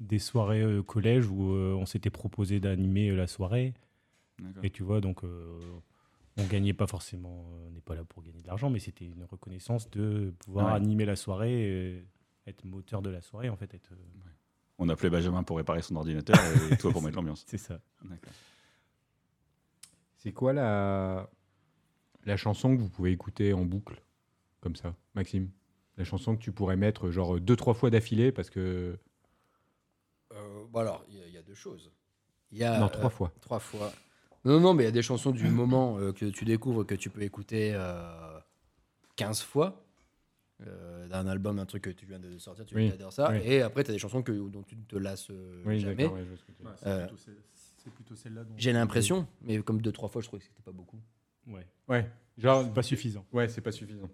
des soirées euh, collège où euh, on s'était proposé d'animer euh, la soirée. d'accord. Et tu vois, donc euh, on gagnait pas forcément, euh, on n'est pas là pour gagner de l'argent, mais c'était une reconnaissance de pouvoir Ouais. animer la soirée, euh, être moteur de la soirée, en fait. être, euh, On appelait Benjamin pour réparer son ordinateur et toi pour mettre l'ambiance. c'est ça. D'accord. C'est quoi la... la chanson que vous pouvez écouter en boucle Comme ça, Maxime La chanson que tu pourrais mettre genre deux, trois fois d'affilée parce que. Euh, bon, alors, il y, a- il y a deux choses. Il y a non, euh, trois fois. trois fois. Non, non, mais il y a des chansons du moment euh, que tu découvres que tu peux écouter euh, 15 fois. euh, d'un album, d'un truc que tu viens de sortir, tu Oui, adores ça. oui. Et après, tu as des chansons que, dont tu ne te lasses euh, jamais. d'accord, ouais, je vois ce que tu veux dire. c'est Euh, plutôt, celle-là. J'ai l'impression, mais comme deux, trois fois, je trouvais que c'était pas beaucoup. Ouais. Ouais, Genre, genre. pas suffisant. Ouais, c'est Ah, pas suffisant.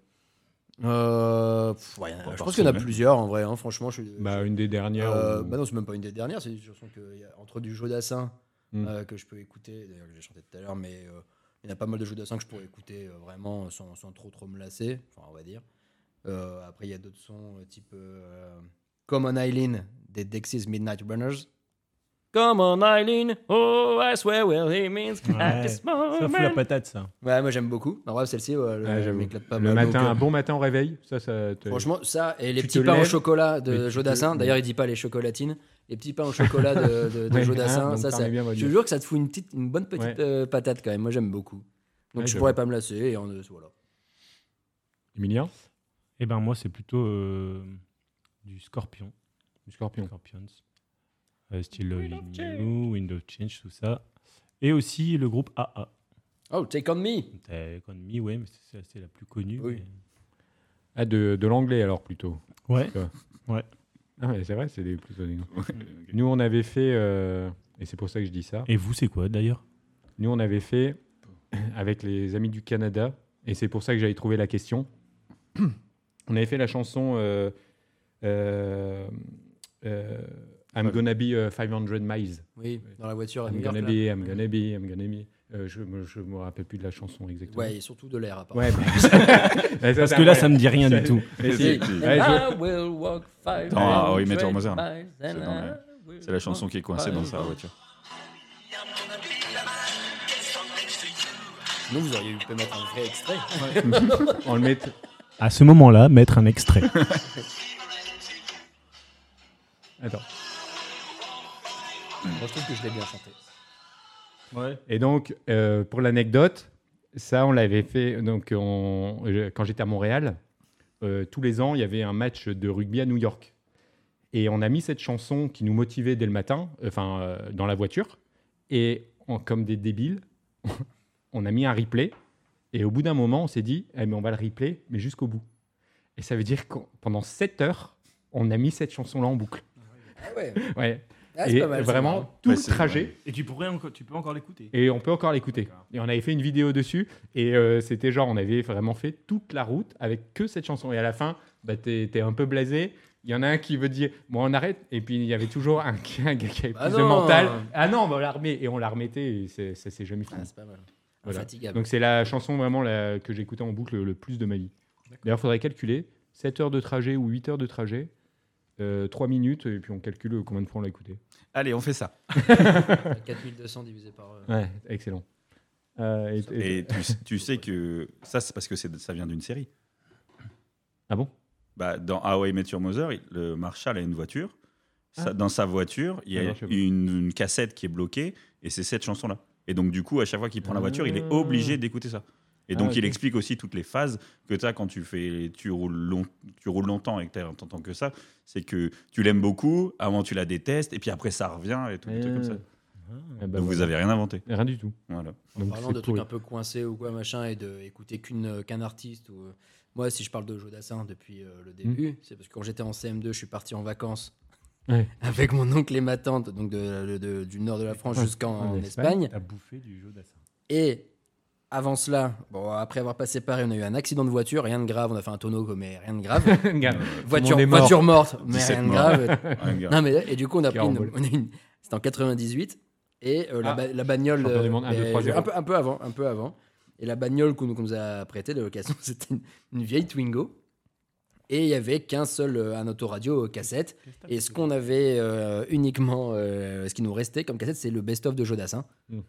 Euh, pff, ouais, Bon, je par pense qu'il y en a semaine. plusieurs en vrai. hein, franchement, je suis. Bah, une des dernières. Euh, ou- bah non, c'est même pas une des dernières. C'est des chansons que y a- entre du Jodassin Mm. euh, que je peux écouter, d'ailleurs que j'ai chanté tout à l'heure, mais euh, il y en a pas mal de Jodassin que je pourrais écouter euh, vraiment sans, sans trop trop me lasser, enfin on va dire. Euh, après, il y a d'autres sons euh, type euh, Common Island des Dexys Midnight Runners. Come on, Eileen. Oh, I swear well, it means Ouais, at this Oh, Ça fout la moment. patate, ça. Ouais, moi j'aime beaucoup. En vrai, celle-ci, ouais, elle- Ouais, elle Ah, j'avoue. m'éclate pas Le mal. Donc, matin, euh, un bon matin au réveil, ça, ça te... Franchement, ça et les tu petits te pains au lèves, chocolat mais de tu Joe te- Dassin. D'ailleurs, il dit pas les chocolatines. Les petits pains au chocolat de, de, de Ouais, Joe hein, Dassin. donc ça, t'en ça- es bien je te revenu. jure que ça te fout une, petite, une bonne petite Ouais. euh, patate quand même. Moi, j'aime beaucoup. Donc, Ouais, je je pourrais pas me lasser. Et en, euh, voilà. Emilien, Eh ben moi, c'est plutôt euh, du Scorpion. du scorpion. Scorpions. Euh, style Loving You, Wind of Change, tout ça. Et aussi le groupe AA. Oh, take on me. T'as Economy, ouais, mais c'est- c'est c'est la plus connue. Oui. mais- Ah, de, de l'anglais alors plutôt. Ouais. Ah, mais c'est vrai, c'est des plus honnêtes. Nous, on avait fait, euh, et c'est pour ça que je dis ça, Et vous, c'est quoi d'ailleurs nous, on avait fait avec les Amis du Canada, et c'est pour ça que j'avais trouvé la question. On avait fait la chanson euh, euh, euh, I'm Ouais. gonna be euh, 500 miles. Oui, dans la voiture à I'm New York. gonna là. be, I'm gonna be, I'm gonna be. Euh, je me, je me rappelle plus de la chanson exactement. Ouais, et surtout de l'air, à part. Ouais, bah- Parce que là, ça me dit rien du Ça- tout. Mais si. Ouais, And je- I will walk five Attends, ah, hundred oui, Meteor Mozart. miles and C'est dans la- I will C'est la chanson qui est Ah, coincée dans sa voiture. walk- Sinon, vous auriez pu mettre un vrai extrait. On le met. À ce moment-là, mettre un extrait. Attends. Moi, je trouve que je l'ai bien chanté. Et donc, euh, pour l'anecdote, ça, on l'avait fait donc, on- euh, quand j'étais à Montréal. euh, tous les ans, il y avait un match de rugby à New York. Et on a mis cette chanson qui nous motivait dès le matin, euh, enfin, euh, dans la voiture. Et en- comme des débiles, on a mis un replay. Et au bout d'un moment, on s'est dit, Eh, mais on va le replay, mais jusqu'au bout. Et ça veut dire que pendant 7 heures, on a mis cette chanson-là en boucle. Ah ouais, Ouais. Ah, c'est et pas mal. c'est marrant. vraiment, tout Ouais, le c'est- trajet, ouais. Et tu, pourrais encore, tu peux encore l'écouter. et on peut encore l'écouter. D'accord. Et on avait fait une vidéo dessus. Et euh, c'était genre, on avait vraiment fait toute la route avec que cette chanson. Et à la fin, bah, t'es t'es un peu blasé. Il y en a un qui veut dire, bon, on arrête. Et puis il y avait toujours un, qui- un gars qui avait Bah plus de non. mental. Ah non, bah, on la remet. Et on la remettait. Et c'est- ça s'est jamais Ah, fini. c'est pas mal. Voilà. Infatigable. Donc c'est la chanson vraiment la, que j'écoutais en boucle le plus de ma vie. D'ailleurs, faudrait calculer 7 heures de trajet ou 8 heures de trajet. 3 minutes et puis on calcule combien de fois on l'a écouté. Allez, on fait ça. 4200 divisé par. euh, Ouais, excellent. Euh, et- et- Et tu, tu sais que ça, c'est parce que c'est- ça vient d'une série. Ah bon Bah, dans How I Met Your Mother, il- le Marshall a une voiture. Sa- Ah. Dans sa voiture, il y Ah a non, je sais pas. une, une cassette qui est bloquée et c'est cette chanson-là. Et donc, du coup, à chaque fois qu'il prend la voiture, il est obligé d'écouter ça. Et Ah, donc, il ok. explique aussi toutes les phases que tu as quand tu, fais, tu, roules, long- tu roules longtemps et que tu n'entends que ça. C'est que tu l'aimes beaucoup, avant tu la détestes, et puis après ça revient et tout, des trucs comme ça. Ah. Ah bah Donc, vous voilà. avez rien inventé. Rien du tout. Voilà. En Donc parlant c'est de trucs pourri. un peu coincés ou quoi, machin, et d'écouter qu'un qu'un artiste. Ou, euh, moi, si je parle de Joe Dassin depuis euh, Hmm. le début, c'est parce que quand j'étais en CM2, je suis parti en vacances Ouais. avec mon oncle et ma tante, donc de- de- de- du nord de la France Ouais. jusqu'en En Espagne. Espagne. T'as bouffé du jeu d'assin. Et avant cela, bon, après avoir passé Paris, on a eu un accident de voiture, rien de grave, on a fait un tonneau, mais rien de grave. Regarde, voiture, est mort. voiture morte, mais 17 rien de morts. grave. Ouais, gars. Non, mais, et du coup, on a pris une, Carambole. on a une- C'était en 98. Et euh, la, Ah, ba- la bagnole. champion du euh, monde, un, deux, euh, trois, zéro. un, peu, un peu avant, un peu avant. Et la bagnole qu'on qu'on nous a prêtée de location, c'était une, une vieille Twingo. Et il y avait qu'un seul, euh, un autoradio euh, cassette. Et ce qu'on avait euh, uniquement, euh, ce qui nous restait comme cassette, c'est le best-of de Jodassin. Mm.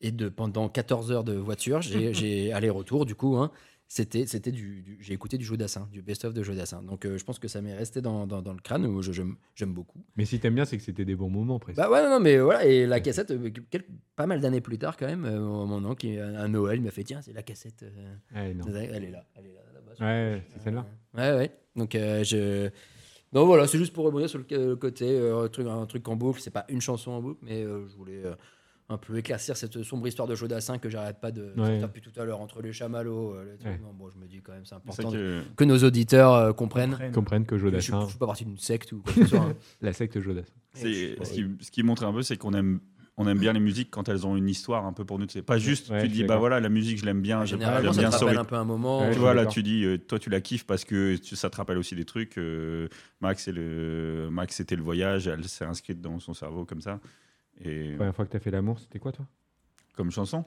Et de, pendant 14 heures de voiture, j'ai- j'ai aller-retour, du coup, hein, c'était, c'était du, du- j'ai écouté du Jodassin, du best-of de Jodassin. Donc euh, je pense que ça m'est resté dans, dans- dans le crâne, où je- j'aime- j'aime beaucoup. Mais si t'aimes bien, c'est que c'était des bons moments presque. Bah ouais, non, non, mais voilà, et la cassette, euh, quel- pas mal d'années plus tard quand même, euh, mon mon oncle, il- un Noël, il m'a fait, tiens, c'est la cassette, euh, Ouais, Eh, non. elle est là, elle est là, là-bas. sur Ouais, la gauche. c'est celle-là. Ouais, ouais, donc euh, je... Non, voilà, c'est juste pour rebondir sur le, ca- le côté, euh, un truc, un truc en boucle, c'est pas une chanson en boucle, mais euh, je voulais euh, un peu éclaircir cette sombre histoire de Jodassin que j'arrête pas de... Ouais. Depuis tout à l'heure, entre les chamallows, euh, les trucs, Ouais. non, bon, je me dis quand même, c'est C'est ça important de- que- que... nos auditeurs euh, comprennent. Ils comprennent que Je suis, Jodassin, je suis pas parti d'une secte ou quoi que ce soit. hein. la secte Jodassin. C'est- bah, ce, qui, ce qui montre un peu, c'est qu'on aime, on aime bien les musiques quand elles ont une histoire un peu pour nous. C'est pas juste, Ouais, tu te je suis dis, bah d'accord. voilà, la musique, je l'aime bien, j'aime Ah, j'aime Généralement, ça bien te ce rappelle rythme. un peu un moment. Ouais, Tu je vois, suis là, d'accord. tu dis, euh, toi, tu la kiffes parce que tu- ça te rappelle aussi des trucs. euh, Max, et le, Max, c'était le voyage, elle s'est inscrite dans son cerveau comme ça. Et La première fois que t'as fait l'amour, c'était quoi toi comme chanson.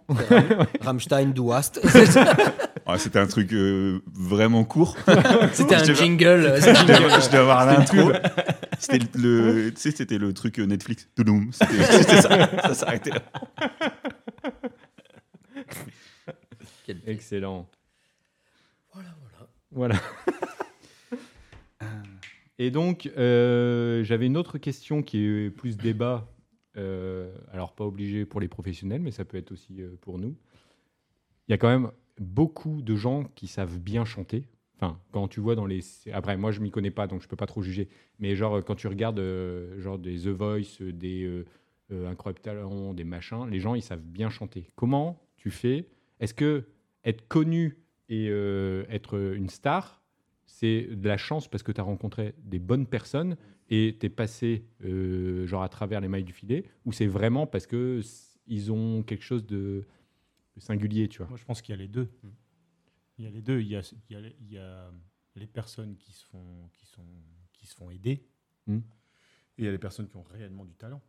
Rammstein Du Hast. Ah, c'était un truc euh, vraiment court. C'était un Je te- jingle. je devais avoir l'intro. C'était le, le- tu sais, c'était le truc euh, Netflix. Toudoum. C'était c'était ça. Ça s'arrêtait. là. Quel texte. Excellent. Voilà, voilà. Voilà. Et donc, euh, j'avais une autre question qui est plus débat. euh, alors, pas obligé pour les professionnels, mais ça peut être aussi euh, pour nous. Il y a quand même beaucoup de gens qui savent bien chanter. Enfin, quand tu vois dans les... Après, moi, je m'y connais pas, donc je peux pas trop juger. Mais genre, euh, quand tu regardes euh, genre des The Voice, euh, des euh, euh, Incroyable Talent, des machins, les gens, ils savent bien chanter. Comment tu fais Est-ce que être connu et euh, être une star, c'est de la chance parce que tu as rencontré des bonnes personnes et t'es passé euh, genre à travers les mailles du filet ou c'est vraiment parce que s- ils ont quelque chose de de singulier, tu vois. Moi, je pense qu'il y a les deux. Il y a les deux. Il y a, il y a les- il y a les personnes qui se font, qui sont, qui se font aider. Mm. Et il y a les personnes qui ont réellement du talent.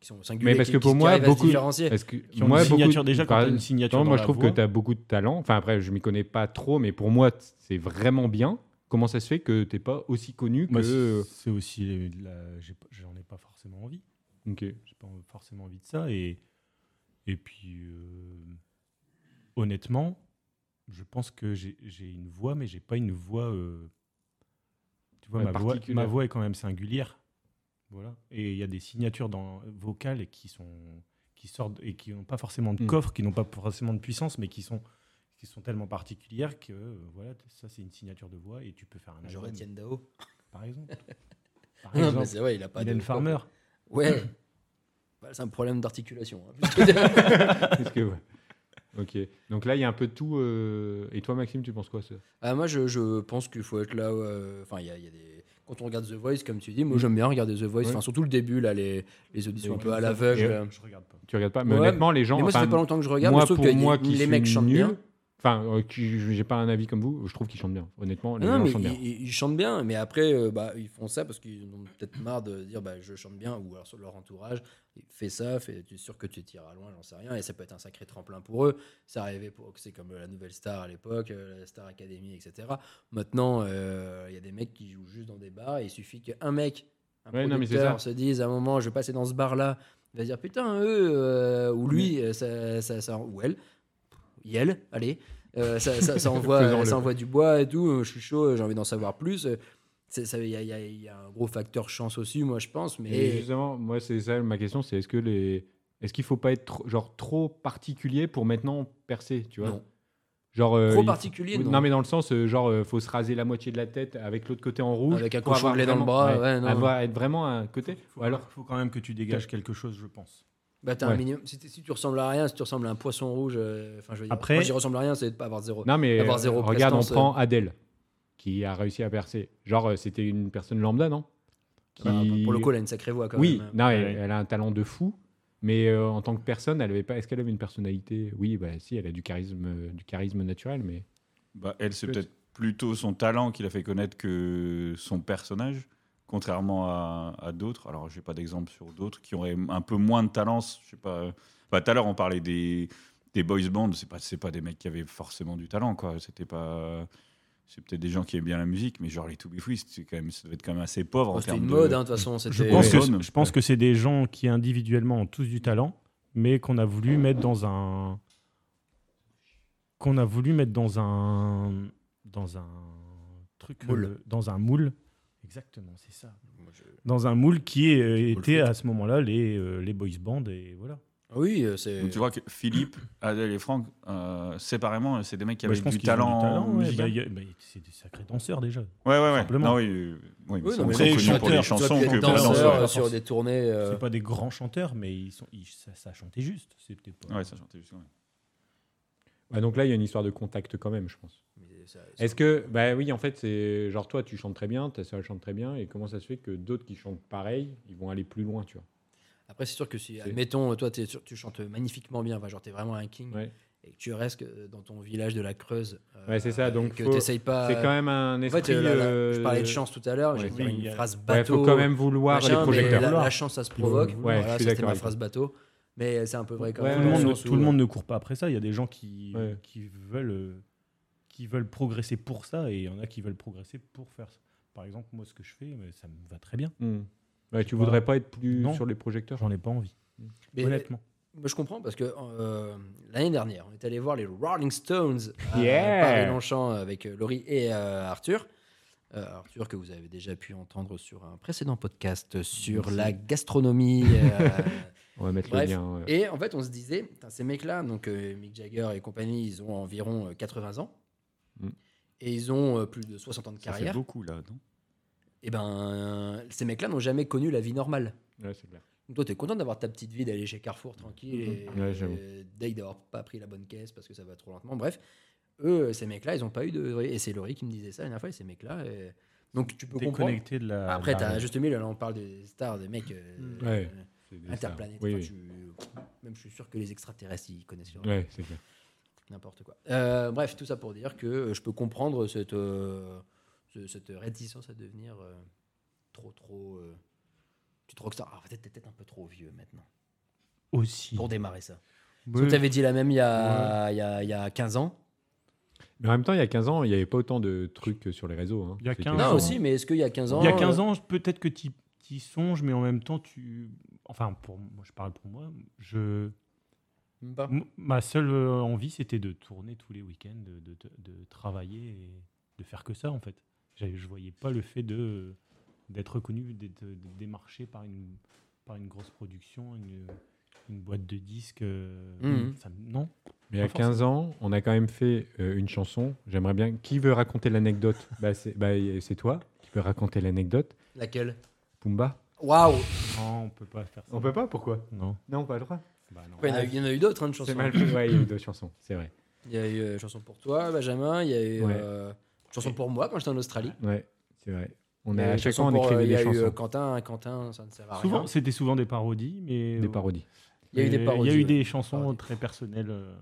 Qui sont singuliers, parce qui- que qui- pour qui moi, arrivent à se beaucoup- différencier. Parce que Qui ont une signature déjà, quand par- t'as une signature Non, dans moi, la je trouve voix. que tu as beaucoup de talent. Enfin, après, je m'y connais pas trop, mais pour moi, t- c'est vraiment bien. Comment ça se fait que t'es pas aussi connu Moi, que. c'est- c'est aussi les- la- j'ai pas- j'en ai pas forcément envie. Ok. J'ai pas forcément envie de ça. Et, et puis, euh, honnêtement, je pense que j'ai j'ai une voix, mais j'ai pas une voix. euh, tu vois, Ouais, ma voix, ma particulière. voix est quand même singulière. Voilà. Et il y a des signatures dans, vocales qui sont qui sortent et qui n'ont pas forcément de Hmm. Mm. coffre, qui n'ont pas forcément de puissance, mais qui sont qui sont tellement particulières que euh, voilà, ça c'est une signature de voix et tu peux faire un Euh, Genre album, Étienne Dao. par exemple. Par Non, exemple, mais c'est vrai, il a pas Mylène de- Farmer. Ouais. Bah, c'est un problème d'articulation. hein, plus que de- Est-ce que- ouais. Ok. Donc là, il y a un peu de tout. euh, Et toi, Maxime, tu penses quoi ça Ah, moi, je, je pense qu'il faut être là. euh, Enfin, il y a, il y a des. Quand on regarde The Voice, comme tu dis, moi j'aime bien regarder The Voice. Mm. Ouais. Enfin, surtout le début, là, les, les auditions un Et- peu à Et- l'aveugle. là. Je regarde pas. Tu regardes pas Mais Ouais, honnêtement, les gens. Mais moi, ça enfin, fait pas longtemps que je regarde. moi, mais je trouve pour que moi, y- qui les suis mecs chantent bien. nul, Enfin, euh, qui- j'ai pas un avis comme vous. Je trouve qu'ils chantent bien. Honnêtement, les Non, gens mais chantent bien. ils, ils- ils chantent bien, mais après, euh, bah, ils font ça parce qu'ils en ont peut-être marre de dire bah, je chante bien, ou alors sur leur entourage, fais ça, fais, tu es sûr que tu tireras loin, j'en sais rien, et ça peut être un sacré tremplin pour eux. Ça arrivait pour c'est comme euh, la nouvelle star à l'époque, euh, la Star Academy, etc. Maintenant, euh, il y a des mecs qui jouent juste dans des bars, et il suffit qu'un mec, un Ouais, non, mais c'est producteur, ça. se dise à un moment je vais passer dans ce bar-là, il va dire putain, eux, euh, ou lui, euh, ça, ça, ça- ou elle, Yel, allez. Euh, ça, ça- ça envoie, Faisons-le. ça envoie du bois et tout. euh, Je suis chaud, j'ai envie d'en savoir plus. Euh, c'est- ça- Il y, a- il y a- il y a un gros facteur chance aussi, moi, je pense. Et Mais justement, moi, c'est ça ma question, c'est est-ce que les, est-ce qu'il faut pas être trop- genre trop particulier pour maintenant percer, tu vois non. Genre euh, Trop il- particulier, oui, non. mais dans le sens, euh, genre, euh, faut se raser la moitié de la tête avec l'autre côté en rouge, Avec un pour cochon avoir de lait dans le vraiment- bras, ouais, non. avoir- être vraiment à un côté. Ou alors, faut quand même que tu dégages quelque chose, je pense. Bah, t'as un Ouais. minimum. Si, t'es- si tu ressembles à rien, si tu ressembles à un poisson rouge, euh, enfin, je veux dire, Après- quand j'y ressemble à rien, c'est de pas avoir zéro. non mais avoir euh, zéro regarde, on prestance, prend Adèle qui a réussi à percer. Genre, euh, c'était une personne lambda, non Bah, Qui- pour le coup, elle a une sacrée voix quand Oui, même. euh, non, elle, Ouais. elle a un talent de fou, mais euh, en tant que personne, elle avait pas. Est-ce qu'elle avait une personnalité Oui, bah si, elle a du charisme, euh, du charisme naturel, mais Bah, elle, c'est Peut- peut-être plutôt son talent qui l'a fait connaître que son personnage, contrairement à, à d'autres. Alors, j'ai pas d'exemple sur d'autres qui auraient un peu moins de talent. Je sais pas. Bah, tout à l'heure, on parlait des, des boys bands. C'est pas, c'est pas des mecs qui avaient forcément du talent, quoi. C'était pas. C'est peut-être des gens qui aiment bien la musique, mais genre les To Be Free, c'est quand même, ça devait être quand même assez pauvre en C'était termes une de. mode, hein, de toute façon. Je c'était- pense, que, Ouais. je pense que c'est des gens qui individuellement ont tous du talent, mais qu'on a voulu mettre dans un qu'on a voulu mettre dans un dans un truc Moule. euh, dans un moule. Exactement, c'est ça. Moi, je- Dans un moule qui euh, Moule était foot. à ce moment-là les euh, les boys bands et voilà. Oui, euh, c'est. Donc, tu vois que Philippe, Adèle et Franck, euh, séparément, c'est des mecs qui Bah, avaient je pense du, qu'ils ont talent ouais, musical. bah, y a- bah, c'est des sacrés danseurs déjà. Ouais, ouais, ouais. Simplement. Non, oui, euh, oui, mais Oui, ils non, sont mais connus les pour les chanteurs, chansons tu que vois, pour les les danseurs. danseurs, ouais. sur des tournées. euh, C'est pas des grands chanteurs, mais ils sont ils- ça, ça chantait juste. C'était pas. Ouais, ça chantait juste quand même. Ah, donc là, il y a une histoire de contact quand même, je pense. mais ça- ça- Est-ce que, bah oui, en fait, c'est genre toi, tu chantes très bien, ta soeur chante très bien, et comment ça se fait que d'autres qui chantent pareil, ils vont aller plus loin, tu vois Après, c'est sûr que si, C'est- admettons, toi, t'es sûr- tu chantes magnifiquement bien, enfin, genre, t'es vraiment un king, Ouais. et que tu restes euh, dans ton village de la Creuse. euh, Ouais, c'est ça, et donc que faut- t'essayes pas. C'est quand même un Bah, En esprit. fait, euh, là, là, je euh, parlais de chance tout à l'heure, j'ai ouais. dit Oui, une il y a- phrase Ouais, bateau. faut quand même vouloir machin, les mais projecteurs. La, la chance, ça se provoque. Ouais, je voilà, suis c'était d'accord ma avec phrase bateau. Mais c'est un peu vrai quand Ouais, même. tout, ouais, le dans monde, le ne- sens tout le où- monde ne court pas après ça. Il y a des gens qui, Ouais. qui, veulent, euh, qui veulent progresser pour ça et il y en a qui veulent progresser pour faire ça. par exemple, moi, ce que je fais, mais ça me va très bien. Hmm. Ouais, tu pas. voudrais pas être plus Non. sur les projecteurs J'en ai pas envie, Mais- honnêtement. Moi, je comprends parce que euh, l'année dernière, on est allé voir les Rolling Stones à Yeah. Paris-Longchamp avec euh, Laurie et euh, Arthur. Euh, Arthur, que vous avez déjà pu entendre sur un précédent podcast sur Merci. la gastronomie. euh, On va mettre Bref. le lien. ouais. et en fait, on se disait, Putain, ces mecs-là, donc euh, Mick Jagger et compagnie, ils ont environ euh, 80 ans. Mm. Et ils ont euh, plus de 60 ans de Ça fait carrière. beaucoup là, non Et ben, ces mecs-là n'ont jamais connu la vie normale. Ouais, c'est clair. Donc Toi, t'es content d'avoir ta petite vie, d'aller chez Carrefour tranquille et, Ouais, j'avoue. et dès d'avoir pas pris la bonne caisse parce que ça va trop lentement. Bref, eux, ces mecs-là, ils ont pas eu de. Et c'est Laurie qui me disait ça la dernière fois, et ces mecs-là. euh, Donc tu peux comprendre. Déconnecté de la. Après, de la- t'as juste mis, là, on parle des stars, des mecs euh, Ouais, euh, C'est des interplanétaires. stars. Oui, Enfin, oui. tu- Même je suis sûr que les extraterrestres, ils connaissent leur- Ouais, c'est clair. n'importe quoi. Euh, bref, tout ça pour dire que euh, je peux comprendre cette, euh, ce- cette réticence à devenir euh, trop, trop. Euh, petite rockstar. Ah, peut-être t'es peut-être un peu trop vieux maintenant aussi. pour démarrer ça. Ouais. Parce que tu avais dit la même il y a, il y a, il y a 15 ans. Mais en même temps, il y a 15 ans, il n'y avait pas autant de trucs sur les réseaux. hein. Il y a C'était- 15 Non, ans. aussi, mais est-ce qu'il y a 15 ans euh, Il y a 15 ans, je- peut-être que tu y songes, mais en même temps, tu. Enfin, pour moi, je parle pour moi. Je... même pas. m- Ma seule euh, envie, c'était de tourner tous les week-ends, de, de- de- de travailler et de faire que ça, en fait. J'avais- Je voyais pas le fait de d'être reconnu, d'être d'être démarché par une, par une grosse production, une, une boîte de disques. euh, Mhm. ça me- non Mais à Pas forcément. 15 ans, on a quand même fait euh, une chanson. J'aimerais bien. Qui veut raconter l'anecdote bah, C'est bah, y- c'est toi qui peux raconter l'anecdote. Laquelle Pumba. Waouh Non, on peut pas faire ça. pas, pourquoi Non. Non, pas le droit. Bah non. Après, il y en a eu- Il y en a eu d'autres hein, de chansons. C'est mal fait. Ouais, il y a eu deux chansons, c'est vrai. Il y a eu euh, Chanson pour toi, Benjamin. Il y a eu Ouais. euh, Chanson pour moi quand j'étais en Australie. Ouais, c'est vrai. On Il y a, a à eu chaque Chanson fois, on pour, euh, écrivait Il y des a eu chansons. euh, Quentin, Quentin, ça ne sert à Souvent, rien. c'était souvent des parodies, mais Des parodies. Il y a eu des mais parodies. Il y a eu ouais. des chansons Parodies. très personnelles. euh,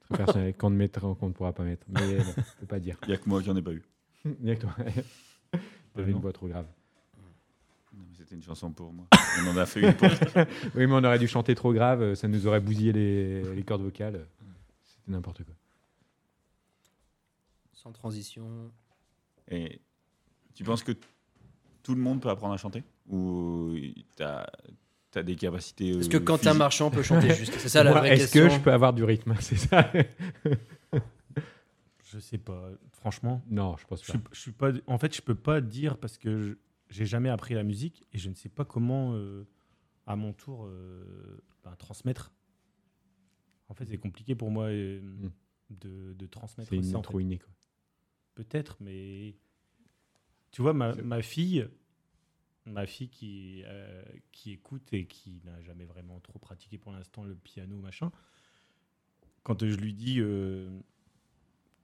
Très personnel, qu'on ne mettra, qu'on ne pourra pas mettre. Mais euh, bon, je peux pas dire. Il n'y a que moi qui n'en ai pas eu. Il y a que toi. T'avais bah, non. une voix trop grave. Non, mais C'était une chanson pour moi. On en a fait une pour Oui, mais on aurait dû chanter trop grave, euh, ça nous aurait bousillé les, les cordes vocales. C'était n'importe quoi. Sans transition. Et tu penses que tout le monde peut apprendre à chanter Ou t'as as des capacités. Est-ce euh, que Quentin physiques Marchand peut chanter juste C'est ça la Moi, vraie Est-ce question. que je peux avoir du rythme C'est ça Je sais pas. Franchement, Non, je pense je pas. suis, je suis pas. En fait, je peux pas dire parce que je- j'ai jamais appris la musique et je ne sais pas comment, euh, à mon tour, euh, ben, transmettre. En fait, c'est compliqué pour moi euh, de, de transmettre Hmm. C'est ça. une en fait. trop innée, quoi. Peut-être, mais tu vois, ma, C'est- ma fille, ma fille qui, euh, qui écoute et qui n'a jamais vraiment trop pratiqué pour l'instant le piano, machin, quand je lui dis, euh,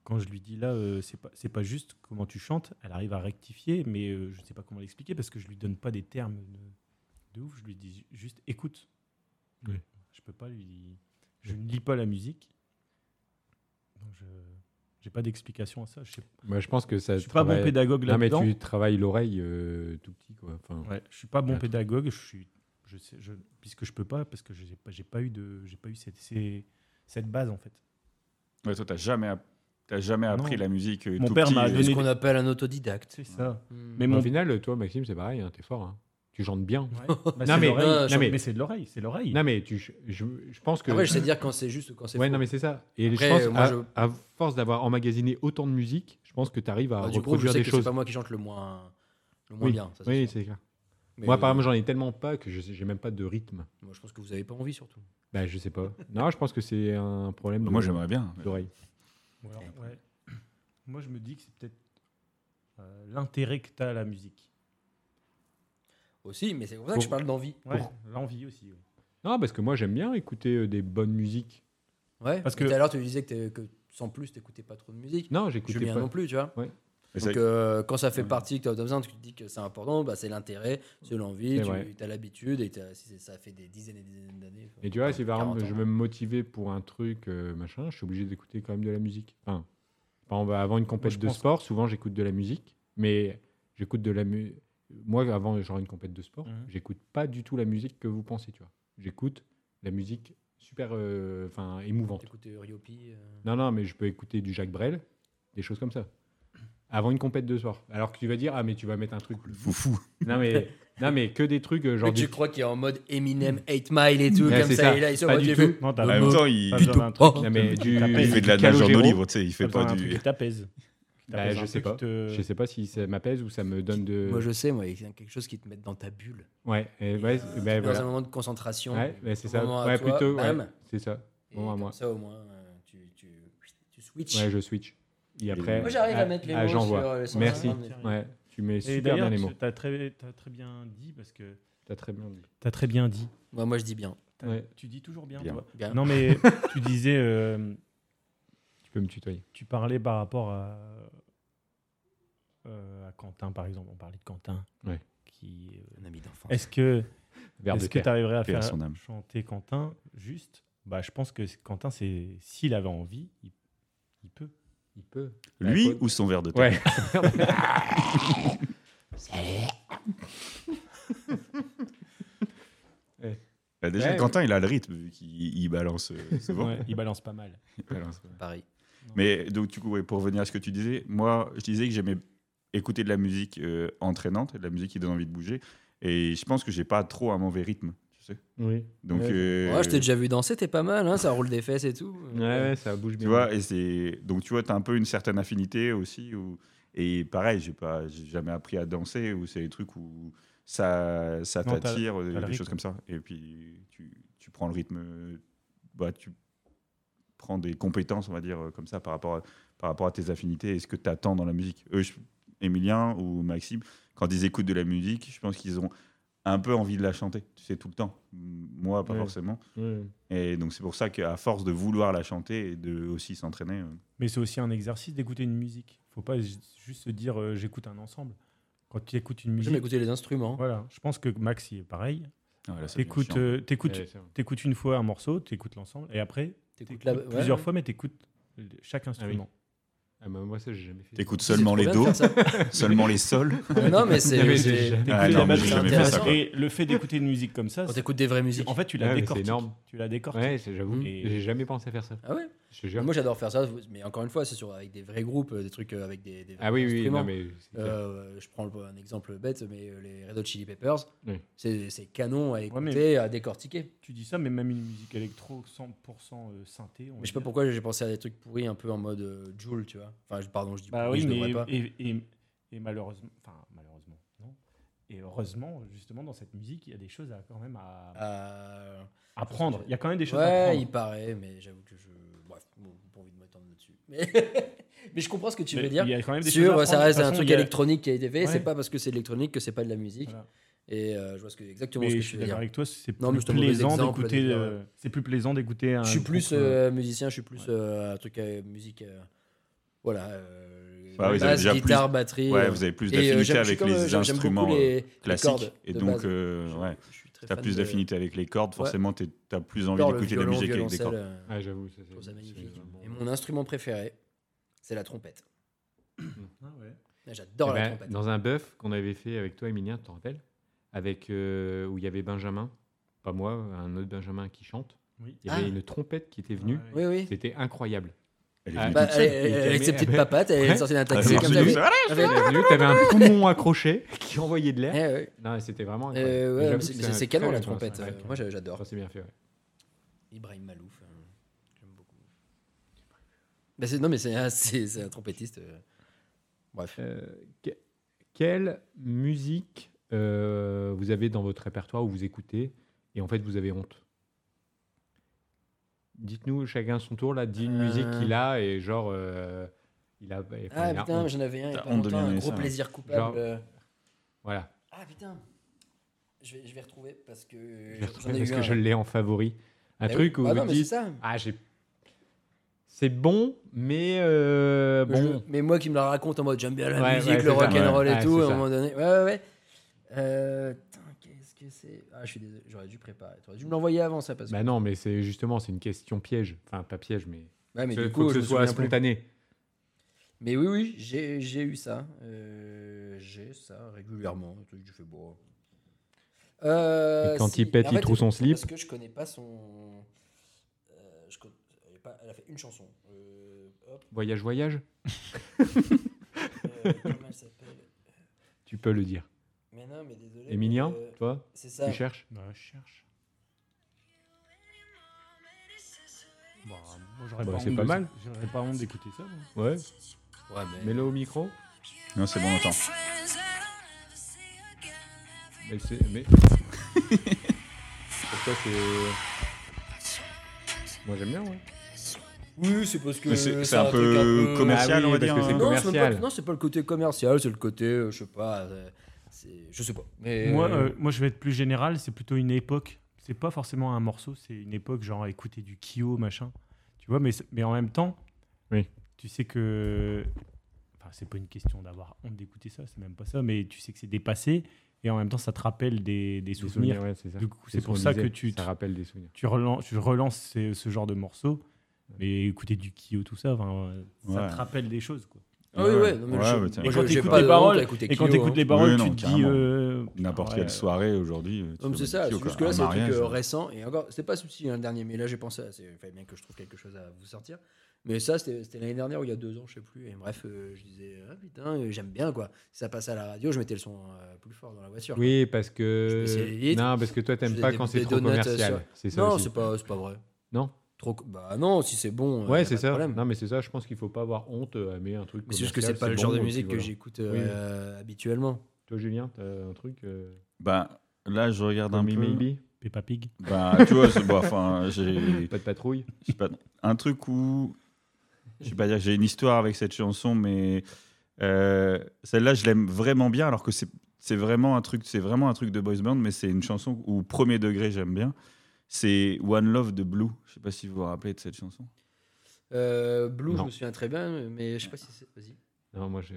quand je lui dis là, euh, c'est pas, c'est pas juste comment tu chantes, elle arrive à rectifier, mais euh, je sais pas comment l'expliquer parce que je lui donne pas des termes de, de ouf, je lui dis juste écoute. Ouais. Je peux pas lui. Je ne lis pas la musique. Donc je. J'ai pas d'explication à ça. Je sais Moi, je pense que ça. je suis pas bon travaille- pédagogue Euh, Non, mais là-dedans. tu travailles l'oreille euh, tout petit, quoi. Enfin, Ouais, je suis pas bon Ouais. pédagogue. Je suis, je sais, je, puisque je peux pas, parce que j'ai pas, j'ai pas eu de, j'ai pas eu cette, ces- cette base en fait. Ouais, toi, t'as jamais, app- t'as jamais appris Non. la musique. euh, Mon tout père petit, m'a euh, donné- C'est ce qu'on appelle un autodidacte. C'est ça. Hmm. Mais Au mon, final, toi, Maxime, c'est pareil, hein, t'es fort. hein. Tu chantes bien. Ouais. Bah, c'est Non, mais- l'oreille. non, je- mais, c'est de l'oreille, c'est de l'oreille. Non, mais tu, je, je pense que. Après, je sais dire quand c'est juste ou quand c'est ouais, faux. non, mais c'est ça. Et Après, je pense, euh, moi, à, je- à force d'avoir emmagasiné autant de musique, je pense que tu arrives à Bah, du groupe, je reproduire sais des que c'est choses. pas moi qui chante le moins, le moins Oui. bien. ça, c'est oui, sûr. c'est clair. Mais, Moi, euh, par exemple, j'en ai tellement pas que je sais- j'ai même pas de rythme. moi, je pense que vous avez pas envie surtout. Bah, je sais pas. non, je pense que c'est un problème de- Bah, Moi, j'aimerais bien. d'oreille. Ou alors, ouais. Moi, je me dis que c'est peut-être euh, l'intérêt que tu as à la musique. Aussi, mais c'est pour ça Pour- que je parle d'envie. Ouais, Pour- L'envie aussi. ouais. Non, parce que moi, j'aime bien écouter euh, des bonnes musiques. Ouais. Parce Parce que- que tout à l'heure, tu disais que, t'es- que sans plus, t'écoutais pas trop de musique. Non, j'écoutais Julien pas. non plus, tu vois. Mais c'est- Donc, euh, quand ça fait Ouais. partie, que t'as besoin, tu te dis que c'est important, bah, c'est l'intérêt, c'est l'envie, C'est vrai. tu as l'habitude, et t'as- si c'est- ça fait des dizaines et des dizaines d'années. Et tu vois, si par exemple 40 je ans. hein. veux me motiver pour un truc, euh, machin, je suis obligé d'écouter quand même de la musique. Enfin, par exemple, avant une je compète de pense- sport, souvent j'écoute de la musique, mais j'écoute de la musique. Moi, avant, genre une compète de sport, Mhm. j'écoute pas du tout la musique que vous pensez, tu vois. J'écoute la musique super euh, enfin émouvante. T'écoutais Ryopi. euh, Non, non, mais je peux écouter du Jacques Brel, des choses comme ça. avant une compète de soir. Alors que tu vas dire, ah, mais tu vas mettre un truc. Le foufou. Non, mais, non, mais que des trucs euh, genre. Mec, tu du- crois qu'il est en mode Eminem, 8 Mile et tout, Ouais, comme c'est ça, ça. et là, il se Pas voit du du tout. vu. Non, t'as En Le même mot- temps, il, pas il besoin d'un truc. Non, mais du. Il fait de la nage en Calogero. olive, tu sais, il fait T'as pas besoin d'un truc du. qui t'apaise. Qui Bah, t'apaise, je un sais truc pas. qui te- Je sais pas si ça m'apaise ou ça me donne de. Moi, je sais, moi, il y a quelque chose qui te met dans ta bulle. Ouais, et ouais, Tu ben es Dans voilà. euh, un moment de concentration. Ouais, ben c'est Ton ça. moment à Ouais, toi, plutôt, ouais, bam. c'est ça. Et Bon, à comme moi. ça, au moins, euh, tu, tu, tu switches. Ouais, je switch. Et après, Moi, j'arrive à mettre les mots j'envoie. sur, euh, le sens Merci. interne, mais- Ouais, tu mets Et super bien d'ailleurs, les mots. tu- t'as très, t'as très bien dit parce que T'as très bien dit. t'as très bien dit. Moi, moi, je dis bien. T'as- Ouais. Tu dis toujours bien. Bien. toi. Bien. Non mais tu disais, euh, Tu peux me tutoyer. tu parlais par rapport à, euh, à Quentin par exemple. On parlait de Quentin. Ouais. Qui. euh, Un ami d'enfant. Est-ce que Vers de Est-ce que terre. tu arriverais à Paix à faire son âme. chanter Quentin juste bah, Je pense que c'est- Quentin, c'est s'il avait envie, il, il peut. Il peut. Lui Ouais. ou son verre de terre Ouais. Bah, Déjà, Ouais. Quentin, il a le rythme, vu qu'il il balance euh, souvent. Ouais, il balance pas mal. Il balance. Pareil. Mais donc, du coup, ouais, pour revenir à ce que tu disais, moi, je disais que j'aimais écouter de la musique euh, entraînante, de la musique qui donne envie de bouger. Et je pense que j'ai pas trop un mauvais rythme, tu sais. Oui. Donc, ouais, euh, Ouais, je t'ai déjà vu danser, t'es pas mal, hein, ça roule des fesses et tout. ouais, ouais, ça bouge bien. tu vois, et c'est donc tu vois, t'as un peu une certaine affinité aussi. Où... Et pareil, j'ai pas, j'ai jamais appris à danser. Ou c'est des trucs où ça, ça Non, t'as- t'attire, le des rythme. choses comme ça. Et puis tu, tu prends le rythme, euh, bah tu prends des compétences, on va dire euh, comme ça, par rapport à, par rapport à tes affinités et ce que t'attends dans la musique. Eux, je- Emilien ou Maxime, quand ils écoutent de la musique, je pense qu'ils ont un peu envie de la chanter, tu sais, tout le temps. M- Moi, pas Ouais. forcément. Ouais. Et donc c'est pour ça qu'à force de vouloir la chanter et de aussi s'entraîner, euh, Mais c'est aussi un exercice d'écouter une musique. faut pas ju- juste se dire euh, j'écoute un ensemble. Quand tu écoutes une J'aime musique, écouter les instruments. voilà, je pense que Max, il est pareil. ouais, là, ça devient T'écoutes chiant. euh, t'écoutes- Ouais, c'est vrai. t'écoutes une fois un morceau, t'écoutes l'ensemble, et après, T'écoutes t'écoutes la- ouais. plusieurs fois, mais t'écoutes chaque instrument. Ah, bah, moi, ça, j'ai jamais fait. T'écoutes C'est seulement trop les bien de dos, faire ça. seulement les sols. non, mais c'est. Non, mais c'est- j'ai- T'écoutes Ah, la non, mais musique, j'ai c'est jamais fait ça, Ah intéressant. quoi. Et le fait d'écouter une musique comme ça, Quand c'est- t'écoutes des vraies musiques. en fait, tu Ouais, la mais c'est décortiques. énorme. Tu la décortiques. Ouais, c'est- j'avoue. Et- J'ai jamais pensé faire ça. Ah ouais Je te jure. Moi, j'adore faire ça, mais encore une fois, c'est sur avec des vrais groupes, euh, des trucs euh, avec des. des ah oui, vrais oui, instruments. non, mais. c'est clair. Euh, je prends le- un exemple bête, mais euh, les Red Hot Chili Peppers, Oui. c'est c'est canon à écouter, mais- à décortiquer. Tu dis ça, mais même une musique électro 100% euh, synthé. on Mais va je sais pas dire. pourquoi j'ai pensé à des trucs pourris un peu en mode euh, Joule, tu vois. Enfin, je- pardon, je dis Bah pourri, oui, je mais devrais pas. et, et- et malheureusement, enfin malheureusement, non. Et heureusement, justement, dans cette musique, il y a des choses à quand même à Euh, apprendre. Il y a quand même des choses à Ouais, il apprendre. paraît, mais j'avoue que je. Bref, bon, j'ai pas envie de m'étendre là-dessus. Mais... mais je comprends ce que tu Mais veux dire. Il y a quand même des choses à Sur, ça apprendre. reste De toute un façon, truc il y a- électronique qui a été fait, Ouais. c'est pas parce que c'est de l'électronique que c'est pas de la musique. Voilà. Et euh, je vois ce que, exactement Mais ce que je tu suis veux d'accord dire. avec toi, c'est Non, mais plus c'est un mauvais plaisant exemple, d'écouter. d'ailleurs, ouais. euh, C'est plus plaisant d'écouter un. Je suis groupe, plus euh, euh, musicien, je suis plus ouais. euh, un truc euh, musique. euh, voilà. euh, Bah oui, vous avez basse, déjà plus- guitare, batterie. Ouais, euh, vous avez plus et, euh, d'affinité j'aime- je suis avec comme, euh, les j'aime- j'aime beaucoup instruments les- euh, les classiques. cordes Et de donc, base. euh, Je- ouais, je suis très t'as fan plus de- d'affinité avec les cordes, forcément, t'es- t'as plus envie j'adore le d'écouter de la violon, musique avec les violoncelle, cordes. euh, Ah, j'avoue. ça, je trouve c'est- ça magnifique. c'est vraiment- Et bah, mon instrument préféré, c'est la trompette. ah ouais. J'adore Eh la ben, trompette. dans un bœuf qu'on avait fait avec toi, Emilien, tu t'en rappelles avec, euh, Où il y avait Benjamin, pas moi, un autre Benjamin qui chante. Oui. Il y avait Ah. une trompette qui était venue. Ah Ouais, ouais. Oui, oui. C'était incroyable. Elle est Ah, Ah, venue Bah, toute elle, seule. elle- elle- Et avec ses mais- petites mais- papates, elle est Ouais. Ah, sortie d'un Elle est taxi venue comme ça. toute mais- seule. Allez Elle est venue, t'avais un poumon accroché qui envoyait de Eh l'air. ouais. Non, c'était vraiment incroyable. Euh, Mais ouais, j'avoue mais c'est- que mais un c'est c'est canon très la bon trompette. instrument. euh, Moi j'a- j'adore. Ça, c'est bien fait. ouais. Ibrahim Malouf, euh, j'aime beaucoup. Bah, c'est- non mais c'est un, c'est- c'est un trompettiste. euh. Bref. Euh, que- quelle musique euh, vous avez dans votre répertoire où vous écoutez et en fait vous avez honte Dites-nous chacun son tour là, dit une Euh. musique qu'il a et genre euh, il a. et- enfin, Ah il a putain, honte. j'en avais un il y a T'as pas honte de longtemps, bien un aimer gros ça, hein. plaisir coupable. Genre- euh. voilà. Ah putain, je vais, je vais retrouver parce que Je euh, l'ai j'en retrouvé ai parce eu que un. je l'ai en favori. Un Bah truc oui. où Ah vous non, mais c'est dites ça. ah j'ai. C'est bon, mais euh, Je- bon. mais moi qui me la raconte en mode j'aime bien la Ouais, musique, ouais, le c'est ça. rock and roll Ouais, et ouais, tout, c'est à un ça. moment donné. Ouais, ouais, ouais. Euh, putain, qu'est-ce que c'est Ah, je suis désolé, j'aurais dû préparer. T'aurais dû me l'envoyer avant ça parce que. Bah non, mais c'est justement c'est une question piège. Enfin pas piège, mais, Ouais, mais Faut du coup, que je ce me soit souviens plus. spontané. Mais oui, oui, j'ai j'ai eu ça. Euh, j'ai ça régulièrement. des trucs que Je fais bon. Euh, Et quand il pète, Mais en il fait, trouve son c'est slip. Parce que je connais pas son. Euh, je con- elle est pas- Elle a fait une chanson. Euh, hop, Voyage, voyage. euh, comment elle s'appelle Tu peux le dire. Mais non, mais désolé. mais, Emilien, euh, toi, C'est tu ça. cherches Bah, je cherche. Bah, moi, j'aurais Bah, pas c'est honte pas de- mal. J'aurais pas honte d'écouter ça. moi. Ouais. Ouais, mais. Mets-le au micro. Non, c'est bon, on entend. Mais c'est. Mais... Pourquoi c'est. Moi j'aime bien, ouais. Oui, c'est parce que. Mais c'est- c'est un un truc peu commercial, Ah oui, on va parce dire. hein. que c'est Non, c'est même pas- commercial. non, c'est pas le côté commercial, c'est le côté, euh, je sais pas. euh, c'est- Je sais pas. Mais Moi, euh, moi, je vais être plus général. C'est plutôt une époque. C'est pas forcément un morceau. C'est une époque, genre écouter du Kyo, machin. Tu vois, mais, c'est- mais en même temps, Oui. tu sais que. Enfin, c'est pas une question d'avoir honte d'écouter ça, c'est même pas ça, mais tu sais que c'est dépassé et en même temps, ça te rappelle des, des souvenirs. ouais, c'est ça. Du coup, C'est c'est ce pour qu'on ça disait, que tu, Ça rappelle des souvenirs. tu relances, tu relances ce, ce genre de morceaux. Mais écouter du Kyo, tout ça, enfin, euh, ça Ouais. te rappelle des choses. Quoi. Ah oui, ouais, non, mais Ouais, je- bah, tiens. Et moi, quand j'ai t'écoutes pas les de honte à paroles, écouter Et quand Kyo, t'écoutes hein. les paroles, Oui, non, tu te dis. carrément. euh, N'importe ouais, quelle soirée aujourd'hui. euh, tu Non, mais vas c'est mettre ça, Kyo, c'est juste quoi. que là, Un c'est un truc mariage, euh, ouais. récent. Et encore, c'était pas souci hein, le dernier, mais là, j'ai pensé à. c'est- Il fallait bien que je trouve quelque chose à vous sortir. Mais ça, c'était c'était l'année dernière ou il y a deux ans, je sais plus. Et bref, euh, je disais, ah putain, euh, j'aime bien quoi. Si ça passait à la radio, je mettais le son euh, plus fort dans la voiture. Oui, parce Je que. me suis dit, Non, parce que toi t'aimes je pas fais quand des- c'est des trop donuts, euh, commercial. sur- C'est ça Non, aussi. c'est pas, c'est pas vrai. Non Trop... co- Bah non, si c'est bon. euh, y a Ouais, pas c'est de ça. problème. Non, mais c'est ça. Je pense qu'il faut pas avoir honte euh, à aimer un truc. Mais c'est juste que c'est commercial, pas le genre bon, de et puis musique que voilà. j'écoute euh, habituellement. Toi, Julien, t'as un truc. Euh... Bah, là, je regarde un Dans Me peu. Maybe Peppa Pig. Bah, tu vois, c'est- bah, enfin, j'ai. Pas de patrouille. je sais pas, un truc où je vais pas dire que j'ai une histoire avec cette chanson, mais euh, celle-là je l'aime vraiment bien, alors que c'est c'est vraiment un truc, c'est vraiment un truc de boys band, mais c'est une chanson où premier degré j'aime bien. C'est One Love de Blue. Je sais pas si vous vous rappelez de cette chanson. Euh, Blue, Non. je me souviens très bien, mais je sais pas si c'est. Vas-y. Non, moi, je.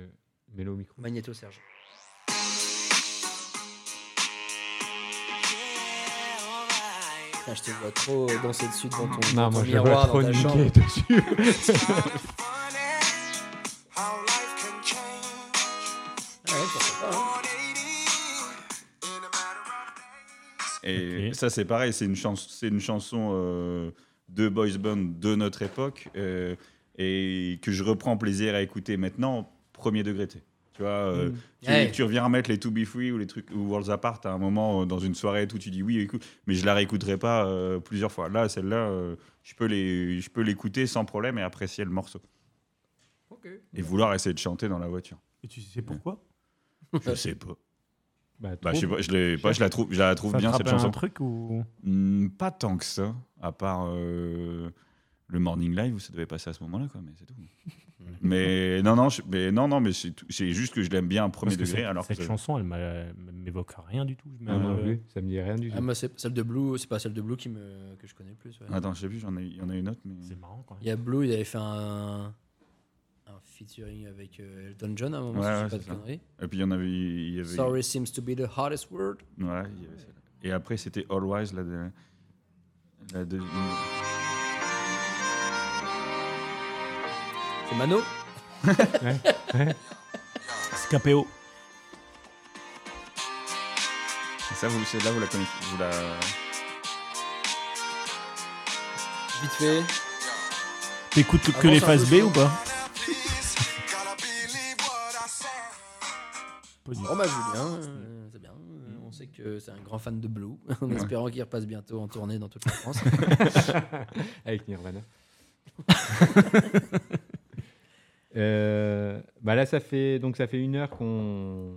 Mets-le au micro. Magneto Serge. Putain, je te vois trop danser dessus devant ton, Non, ton moi, je vais miroir trop dans ta chambre. niquer dessus. Ah ouais, pourquoi pas, hein. Et Ok. ça, c'est pareil, c'est une, chans- c'est une chanson euh, de boys band de notre époque euh, et que je reprends plaisir à écouter maintenant, premier degré. tu sais. Tu vois, euh, tu, Ouais. tu reviens remettre les To Be Free ou les trucs ou Worlds Apart à un moment euh, dans une soirée et tout, tu dis oui, écoute, mais je la réécouterai pas euh, plusieurs fois. Là, celle-là, euh, je peux les- je peux l'écouter sans problème et apprécier le morceau et vouloir essayer de chanter dans la voiture. Et tu sais pourquoi Je sais pas. Bah, Bah, je sais trop. pas, je l'ai pas, je la trouve, je la trouve Ça te bien cette rappelle chanson. un truc ou Hmm, pas tant que ça, à part euh, le morning live où ça devait passer à ce moment-là, quoi, mais c'est tout. mais non, non, je- mais non, non, mais c'est tout- c'est juste que je l'aime bien à premier Parce que degré, cette, alors que cette ça- chanson, elle m'a- m'évoque rien du tout. Je Ah, moi non me- plus, ça me dit rien du tout. Ah, moi, c'est celle de Blue, c'est pas celle de Blue qui me, que je connais le plus. ouais. Attends, je sais plus, j'en ai, il y en a une autre, mais euh, C'est marrant quand même. Il y a Blue, il avait fait un, un featuring avec euh, Elton John à un moment, Ouais, ouais, si je dis c'est pas de ça. conneries. et puis il y en avait, il y avait, Sorry seems to be the hardest word. Ouais, il y avait celle-là. et après c'était Always la, de- la de- C'est Mano C'est KPO. ça vous, là vous la connaissez, vous la, Vite fait. T'écoutes Ah que bon, les ça phases peut B se ou pas Oh bah Julien, euh, c'est bien. Euh, On sait que c'est un grand fan de Blue, en Ouais. espérant qu'il repasse bientôt en tournée dans toute la France. Avec Nirvana. Euh, bah là, ça fait donc ça fait une heure qu'on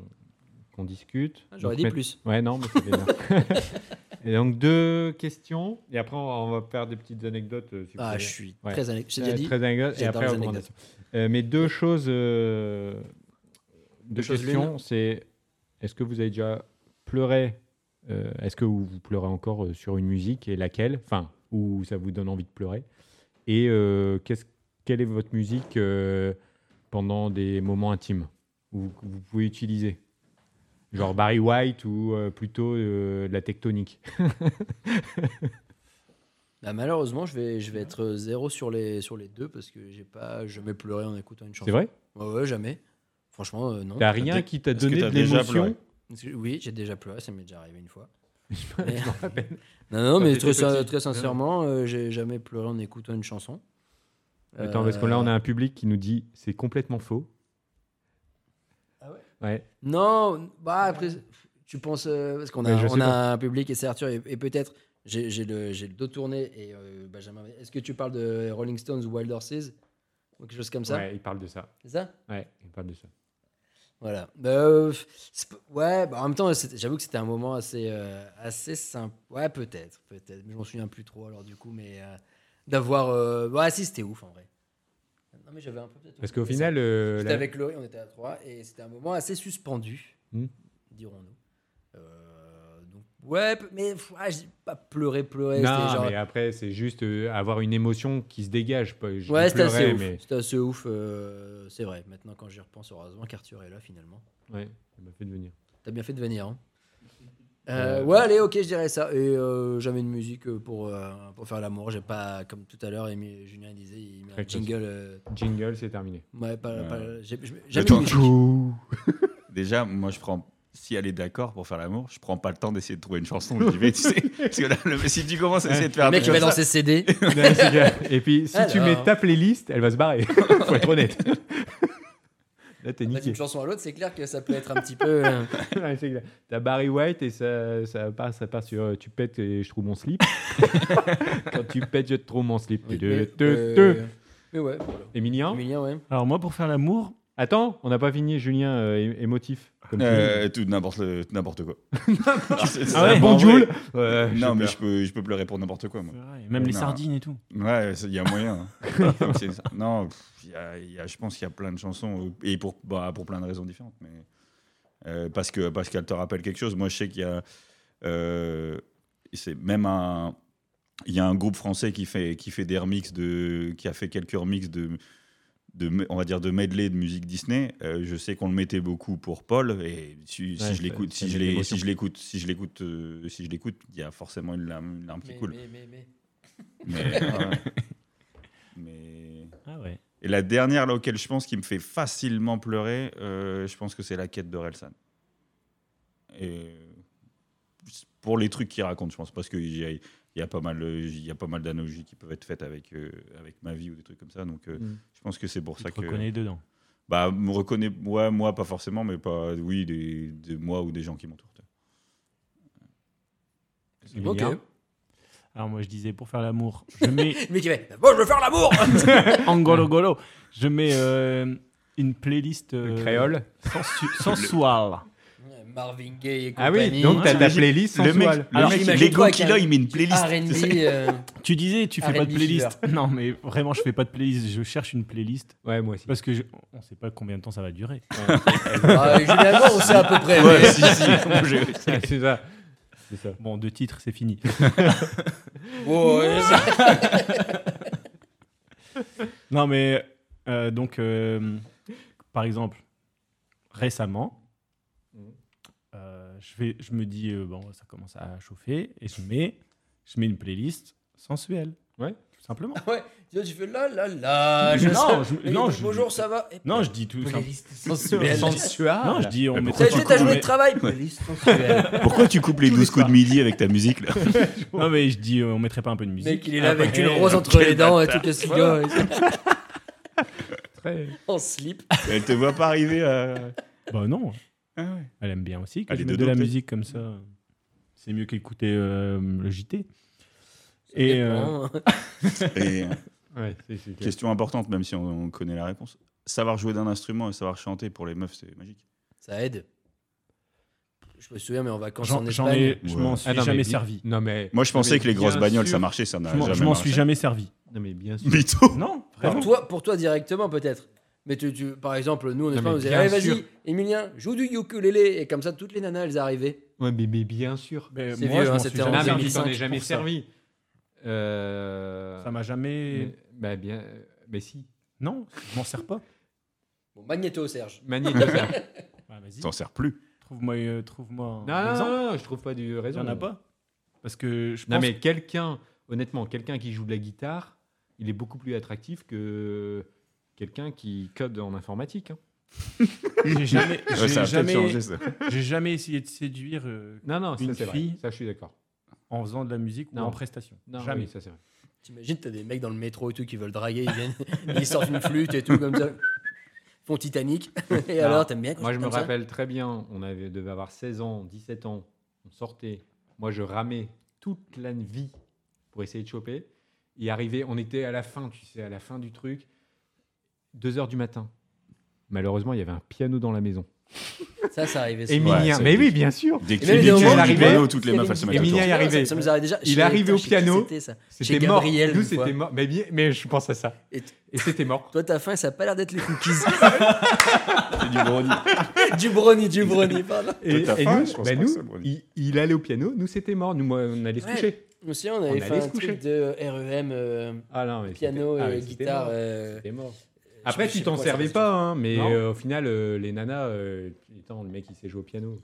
qu'on discute. Ah, J'aurais Donc, dit mais- plus. Ouais, non, mais ça fait une heure. Et donc deux questions. Et après, on va on va faire des petites anecdotes. euh, si vous Ah, voulez. je suis Ouais. très anecdotique. J'ai Euh, déjà dit. très anecdotes. Et j'adore après, les recommandations. Euh, mais deux choses. euh, deux, choses questions. l'une. C'est est-ce que vous avez déjà pleuré euh, Est-ce que vous, vous pleurez encore euh, sur une musique et laquelle Enfin, où ça vous donne envie de pleurer Et euh, qu'est-ce, quelle est votre musique euh, pendant des moments intimes où vous, vous pouvez utiliser Genre Barry White ou euh, plutôt euh, de la tectonique. Bah, malheureusement, je vais, je vais être euh, zéro sur les, sur les deux parce que j'ai pas jamais pleuré en écoutant une chanson. C'est vrai Ouais, ouais, jamais. Franchement, euh, non. T'as rien dé- qui t'a est-ce que donné t'as de déjà l'émotion pleuré Parce que- Oui, j'ai déjà pleuré, ça m'est déjà arrivé une fois. Je m'en rappelle. Non, non, Quand mais t'étais très, sin- petit. très sincèrement, euh, j'ai jamais pleuré en écoutant une chanson. Euh, Attends, parce que là, on a un public qui nous dit c'est complètement faux. Ah Ouais. Non, bah après, tu penses. euh, parce qu'on a, Mais je sais on a pas. un public, et c'est Arthur, et, et peut-être. J'ai j'ai le, j'ai le dos tourné et euh, Benjamin. Est-ce que tu parles de Rolling Stones ou Wild Horses Ou quelque chose comme ça ouais, il parle de ça. C'est ça Ouais, il parle de ça. Voilà. Bah, euh, c'est p- ouais, bah, en même temps, c'était- j'avoue que c'était un moment assez, euh, assez simple. Ouais, peut-être, peut-être. Mais je m'en souviens plus trop, alors du coup, mais euh, d'avoir. euh, ouais, si, c'était ouf en vrai. Non, mais j'avais un peu. peut-être Parce oublié qu'au ça. final, euh, J'étais la- avec Laurie, on était à trois, et c'était un moment assez suspendu, Hmm. dirons-nous. Euh, donc, ouais, p- mais pff, ah, j'ai pas pleuré, pleuré. non, c'était genre- mais après, c'est juste euh, avoir une émotion qui se dégage. Pas, je ouais, dis c'était assez pleurer, ouf. euh, mais- C'était assez ouf, euh, c'est vrai. Maintenant, quand j'y repense, heureusement qu'Arthur est là finalement. Ouais, il m'a fait devenir. T'as bien fait de venir. hein. Euh, Euh, ouais, allez, ok, je dirais ça. Et euh, jamais de musique euh, pour, euh, pour faire l'amour. J'ai pas, comme tout à l'heure, Émi- Julien disait, il met un Très classe. jingle. euh, Jingle, c'est terminé. ouais, pas, Ouais. pas- j'ai- j'ai- Le jamais de temps musique. tout. Déjà, moi, je prends. Si elle est d'accord pour faire l'amour, je prends pas le temps d'essayer de trouver une chanson. J'y vais, tu sais. Parce que là, le- si tu commences à essayer de faire Le un mec, il truc va comme dans ça, ses CD. Non, c'est clair. Et puis, si tu Alors. mets ta playlist, elle va se barrer. Faut être honnête. Là, t'es Après, niqué. D'une chanson à l'autre, c'est clair que ça peut être un petit peu. euh, Ouais, c'est clair. T'as Barry White et ça, ça, part, ça part sur euh, Tu pètes et je trouve mon slip. Quand tu pètes, je te trouve mon slip. oui, Te- mais, te- te. euh, mais ouais, voilà. Emilien Emilien, ouais. Alors, moi, pour faire l'amour, Attends, on n'a pas fini Julien euh, é- émotif. Comme tu dis. Euh, tout n'importe le- n'importe quoi. C'est- c'est ah ouais, vraiment bon vrai. Jules Ouais, j'ai Non, mais peur. je peux, je peux pleurer pour n'importe quoi, moi. ouais, même les Non. sardines et tout. Ouais, il y a moyen. hein. C'est ça. non, pff, il y a- il y a- je pense qu'il y a plein de chansons, euh, et pour, bah, pour plein de raisons différentes. Mais, euh, parce que parce qu'elle te rappelle quelque chose. Moi, je sais qu'il y a. euh, c'est même un. Il y a un groupe français qui fait, qui fait des remixes de. qui a fait quelques remixes de. De, on va dire de medley de musique Disney. Euh, je sais qu'on le mettait beaucoup pour Paul et si, si Ouais, je ça- l'écoute, ça si met je de l'ai- l'émotion. si je l'écoute, si je l'écoute, euh, si je l'écoute, il y a forcément une larme, une larme qui Mais, coule. mais, mais, mais. Mais, ouais. Mais- Ah ouais. Et la dernière là, auquel je pense qui me fait facilement pleurer, euh, je pense que c'est la quête de Relsan. Et pour les trucs qu'il raconte, je pense, parce qu'il y a, il y a pas mal, euh, il y a pas mal d'analogies qui peuvent être faites avec euh, avec ma vie ou des trucs comme ça. Donc, euh, Mm. je pense que c'est pour Tu ça te que reconnais dedans. bah me reconnais, moi, moi pas forcément, mais pas, oui, des, des- moi ou des gens qui m'entourent. Ok. Emilien. Alors, moi, je disais, pour faire l'amour, je mets Le mec, il fait Bon, je veux faire l'amour Angolo Golo. Je mets euh, une playlist Le euh, créole. sensu- sensuelle. Ouais, Marvin Gaye et Ah compagnie. oui, donc t'as ta Imagine- playlist Le mec, sensuelle. Alors, le mec, imagine-toi l'ego avec qu'il a, un- il met une playlist. tu sais. RB. euh, Tu disais, tu fais pas de R&B playlist. Non, mais vraiment, je fais pas de playlist. Je cherche une playlist Ouais, moi aussi. parce que je... on sait pas combien de temps ça va durer. ah, généralement, on sait à peu près. mais- Ouais, si, si, moi, j'ai- c'est ça. C'est ça. Bon, deux titres, c'est fini. Oh, ouais, ça- non, mais euh, donc, euh, par exemple, récemment, Mhm. euh, je, vais, je me dis, euh, bon, ça commence à chauffer et je mets, je mets une playlist sensuelle. Ouais. Tout simplement. Ouais, tu vois, tu fais là, là, là. je Non, sais- je- Et non, il dit, je- Bonjour, ça va Et- Non, je dis tout simplement. Playlist sensuelle. Ah, Non, je dis, on Mais met T'as pourquoi joué ta journée de travail Ouais. Playlist sensuelle. Pourquoi tu coupes les Tous 12 les coups de midi avec ta musique là Non, mais je dis, euh, on mettrait pas un peu de Le musique. mec, il est là Ah, avec ouais. une rose entre les dents et tout qu'est-ce qu'il a Très... En slip. Elle te voit pas arriver à. Bah non. Ah ouais. Elle aime bien aussi que Elle je est mette de de la dopée. musique comme ça. C'est mieux qu'écouter euh, le JT. Et euh, Bon, Et, euh, Ouais, c'est- c'est clair. question importante, même si on, on connaît la réponse. Savoir jouer d'un instrument et savoir chanter pour les meufs, c'est magique. Ça aide. Je me souviens, mais en vacances j'en en j'en Espagne. ai, je Ouais. m'en suis Ah, non, mais jamais bi- servi. Non, mais... Moi, je non, mais pensais que les bien grosses bagnoles, sûr- ça marchait, ça n'a Je m'en- jamais je m'en marché. suis jamais servi. Non, mais bien sûr. Mytho Non, Pour vraiment. toi, pour toi directement, peut-être. Mais tu, tu- par exemple, nous, en Espagne, mais on disait bien Allez, vas-y, sûr. Emilien, joue du ukulélé. Et comme ça, toutes les nanas, elles arrivaient. Ouais, mais, mais bien sûr. Mais C'est moi, vieux, je m'en hein, suis c'était Non, jamais en mais servi. tu t'en 2005 es jamais pour ça. servi. Euh... Ça m'a jamais. mais- Bah bien... euh, Mais si. Non, je m'en sers pas. Bon, magnéto, Serge. Magnéto, ça. Bah, Vas-y, T'en sers plus. trouve-moi euh, trouve-moi un Non, non, exemple. non, non, je trouve pas du Il y raison. en a pas. Parce que je pense. Non, mais quelqu'un, honnêtement, quelqu'un qui joue de la guitare, il est beaucoup plus attractif que quelqu'un qui code en informatique. hein. que j'ai jamais, Ouais, j'ai ça a peut-être jamais, changé, ça. j'ai jamais essayé de séduire euh, Non, non, ça Une c'est vrai. fille. Ça, je suis d'accord. en faisant de la musique ou Non. en prestation. Non, jamais. oui, ça c'est vrai. T'imagines, t'as des mecs dans le métro et tout qui veulent draguer, ils viennent, ils sortent une flûte et tout comme ça. font Titanic. et Non. alors, t'aimes bien quand Moi, c'est je me comme ça rappelle très bien, on avait, devait avoir 16 ans, 17 ans, on sortait. Moi, je ramais toute la vie pour essayer de choper. Et arrivé, on était à la fin, tu sais, à la fin du truc, 2 heures du matin. Malheureusement, il y avait un piano dans la maison. Ça, ça arrivait souvent. Emilien, c'est mais oui, typique. bien sûr. Dès Et même qu'il les dès qu'il moments joue du où- piano, toutes les Il y meufs, elles avait une se mettent petite Emilia autour. est histoire, arrivée. Ça, ça nous arrivait déjà. Il Je est sais- arrivé putain, au je sais plus qui piano. c'était, ça. C'était Chez mort. Gabriel, Nous, une fois. c'était mort. Mais, bien- mais je pense à ça. Et Et, t- c'était mort. Toi, t'as faim, ça a pas l'air d'être les cookies. C'est du brownie. du brownie, du brownie, pardon. Et, t'as et faim, nous, je pense bah, pas nous, que ça, Bruni. il, il allait au piano. Nous, c'était mort. Nous, moi, on allait se Ouais. coucher. Nous aussi, on On avait fait allait se un coucher. truc de REM, euh, Ah non, mais piano c'était- ah, et mais c'était guitare. mort. euh, C'était mort. je Après, sais tu plus t'en quoi, ça servais reste- pas, hein, mais Non. euh, au final, euh, les nanas, euh, attends, le mec il sait jouer au piano.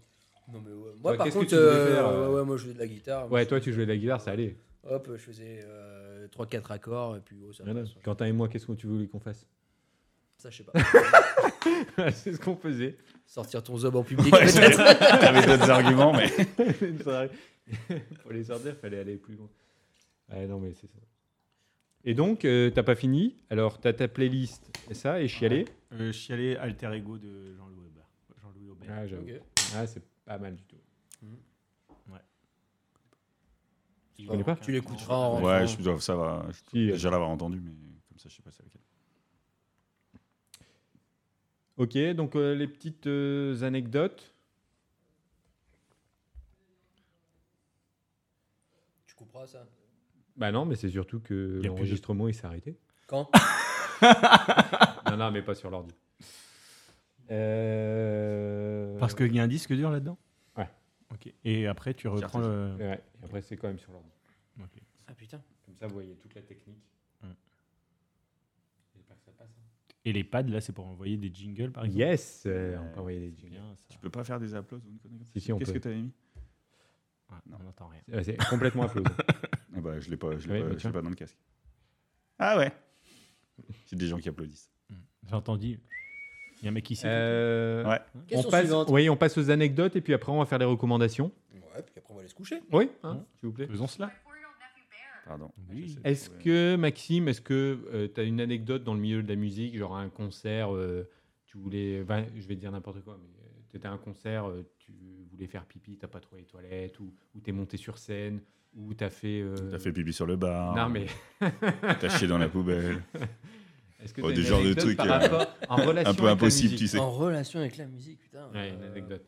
Non, mais ouais. Moi, Ouais, par Bah, qu'est-ce que contre, tu voulais euh, faire, euh ouais, ouais, moi, je faisais de la guitare. Ouais, toi tu jouais de la guitare, ça allait. Hop, je faisais 3-4 accords, et puis oh, ça, Voilà. passe. Quentin et moi, qu'est-ce que tu voulais qu'on fasse ça, je sais pas. C'est ce qu'on faisait. Sortir ton zob en public, Ouais, peut-être. T'avais d'autres arguments, mais. Pour les sortir, fallait aller plus loin. Ouais, non, mais c'est ça. Et donc, euh, t'as pas fini, alors t'as ta playlist, et ça, et chialer. Euh, Chialer, alter ego de Jean-Louis Aubert. Jean-Louis Aubert. Ah, j'avoue. Ok. Ah, c'est pas mal du tout. Tu connais pas Tu l'écouteras en rentrant. Ouais, Euh, je, ça va. Je Si, euh, déjà l'avoir entendu, mais comme ça, je sais pas c'est laquelle. Ok, donc euh, les petites euh, anecdotes. Tu couperas ça Bah non, mais c'est surtout que Y a plus de- l'enregistrement il s'est arrêté. Quand non, non, mais pas sur l'ordi. Euh, Parce qu'il y a un disque dur là-dedans Ouais. Ok. Et après, tu reprends le. Ouais, et après, c'est quand même sur l'ordi. Ok. Ah putain. Comme ça, vous voyez toute la technique. Ouais. J'espère que ça passe. hein. Et les pads, là, c'est pour envoyer des jingles, par exemple. Yes euh, On peut envoyer des C'est bien, ça. Tu peux pas faire des applauses ou une connerie comme ça Si, si, on Qu'est-ce peut. que t'avais mis Ouais, on n'entend rien. C'est complètement applause. ah bah, Je l'ai pas, je Ouais, l'ai bah, pas, je tiens. l'ai pas dans le casque. Ah ouais C'est des gens qui applaudissent. J'ai entendu. Il y a un mec ici. Euh, Ouais. on, Question passe, suivante. oui, on passe aux anecdotes et puis après, on va faire les recommandations. Ouais, puis après, on va aller se coucher. Oui, hein, Ouais. s'il vous plaît. Faisons cela. Pardon. Oui. J'essaie de Est-ce trouver. que, Maxime, est-ce que tu as une anecdote dans le milieu de la musique, genre un concert, euh, tu voulais, enfin, je vais te dire n'importe quoi, mais tu étais à un concert, euh, tu voulais faire pipi, t'as pas trouvé les toilettes, ou, ou t'es monté sur scène, ou t'as fait... euh, T'as fait Ah. pipi sur le bar. Non, mais T'as chié dans la poubelle. est-ce que Oh, t'as des une genres de anecdote trucs, par euh, rapport- en relation Un avec peu Ah, la impossible, tu musique Oh. sais. En relation avec la musique, putain. Ouais, une euh, anecdote.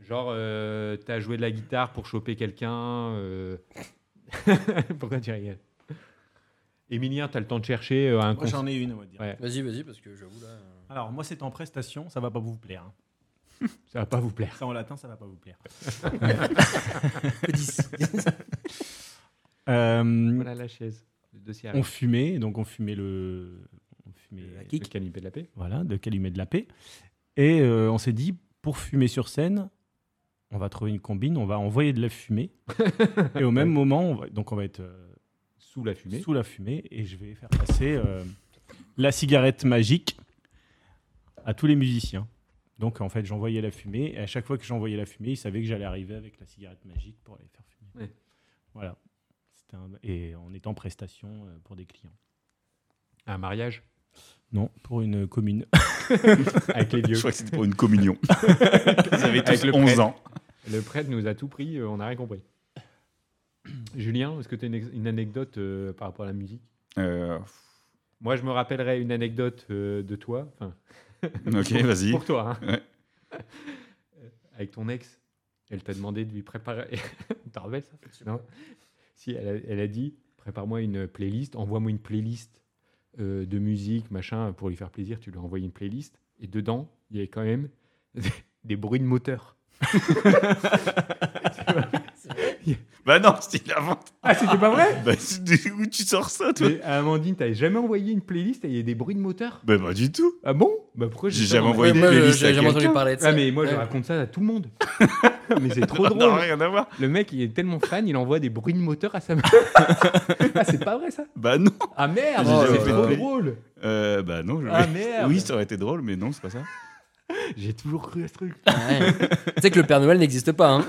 Genre, euh, t'as joué de la guitare pour choper quelqu'un. euh. Pourquoi tu rigoles Émilien, t'as le temps de chercher euh, un Moi, concert. j'en ai une, on va dire. Ouais. Vas-y, vas-y, parce que j'avoue là. euh, Alors, moi, c'est en prestation, ça va pas vous plaire. hein. Ça va pas vous plaire. Ça, en latin, ça va pas vous plaire. que dis- Euh, Voilà la chaise. Le dossier On fumait, donc on fumait le. On fumait La Le kick. canapé de la paix. voilà, de Calumet de la Paix. Et euh, on s'est dit, pour fumer sur scène, on va trouver une combine, on va envoyer de la fumée. et au même moment, on va- donc on va être euh, Sous la fumée. sous la fumée et je vais faire passer euh, la cigarette magique à tous les musiciens. Donc en fait, j'envoyais la fumée et à chaque fois que j'envoyais la fumée, ils savaient que j'allais arriver avec la cigarette magique pour les faire fumer. Ouais. Voilà. C'était un- Et on était en prestation euh, pour des clients. Un mariage Non, pour une commune. avec les Je vieux. crois que c'était pour une communion. Ils avaient Avec tous le 11 prêtre. ans. Le prêtre nous a tout pris, euh, on n'a rien compris. Julien, est-ce que tu as une, ex- une anecdote euh, par rapport à la musique Euh, Moi, je me rappellerai une anecdote euh, de toi. Enfin, ok, vas-y. Pour toi. hein. Ouais. Euh, Avec ton ex, elle t'a demandé de lui préparer. T'en rappelles ça Non. Si, elle a, elle a dit prépare-moi une playlist, envoie-moi une playlist euh, de musique, machin, pour lui faire plaisir. Tu lui as envoyé une playlist et dedans, il y avait quand même des bruits de moteur. Bah non, c'était la vente. Ah, c'était pas vrai Bah, c'est- de- où tu sors ça, toi Mais, Amandine, t'avais jamais envoyé une playlist et il y a des bruits de moteur Bah pas du tout. Ah bon Bah pourquoi J'ai ça jamais dans ma- envoyé Ouais, des moi, je- playlists à j'avais jamais entendu quelqu'un. parler de ça. Ah, mais moi, je Ouais. raconte ça à tout le monde. mais c'est trop Non, non, drôle. rien à voir. Le mec, il est tellement fan, il envoie des bruits de moteur à sa mère. ah, c'est pas vrai ça Bah non. Ah merde, J'ai jamais c'est fait trop de drôle. Euh, bah non, je Ah merde. Oui, ça aurait été drôle, mais non, c'est pas ça. J'ai toujours cru à ce truc. Ah, Ouais. tu sais que le Père Noël n'existe pas. Hein.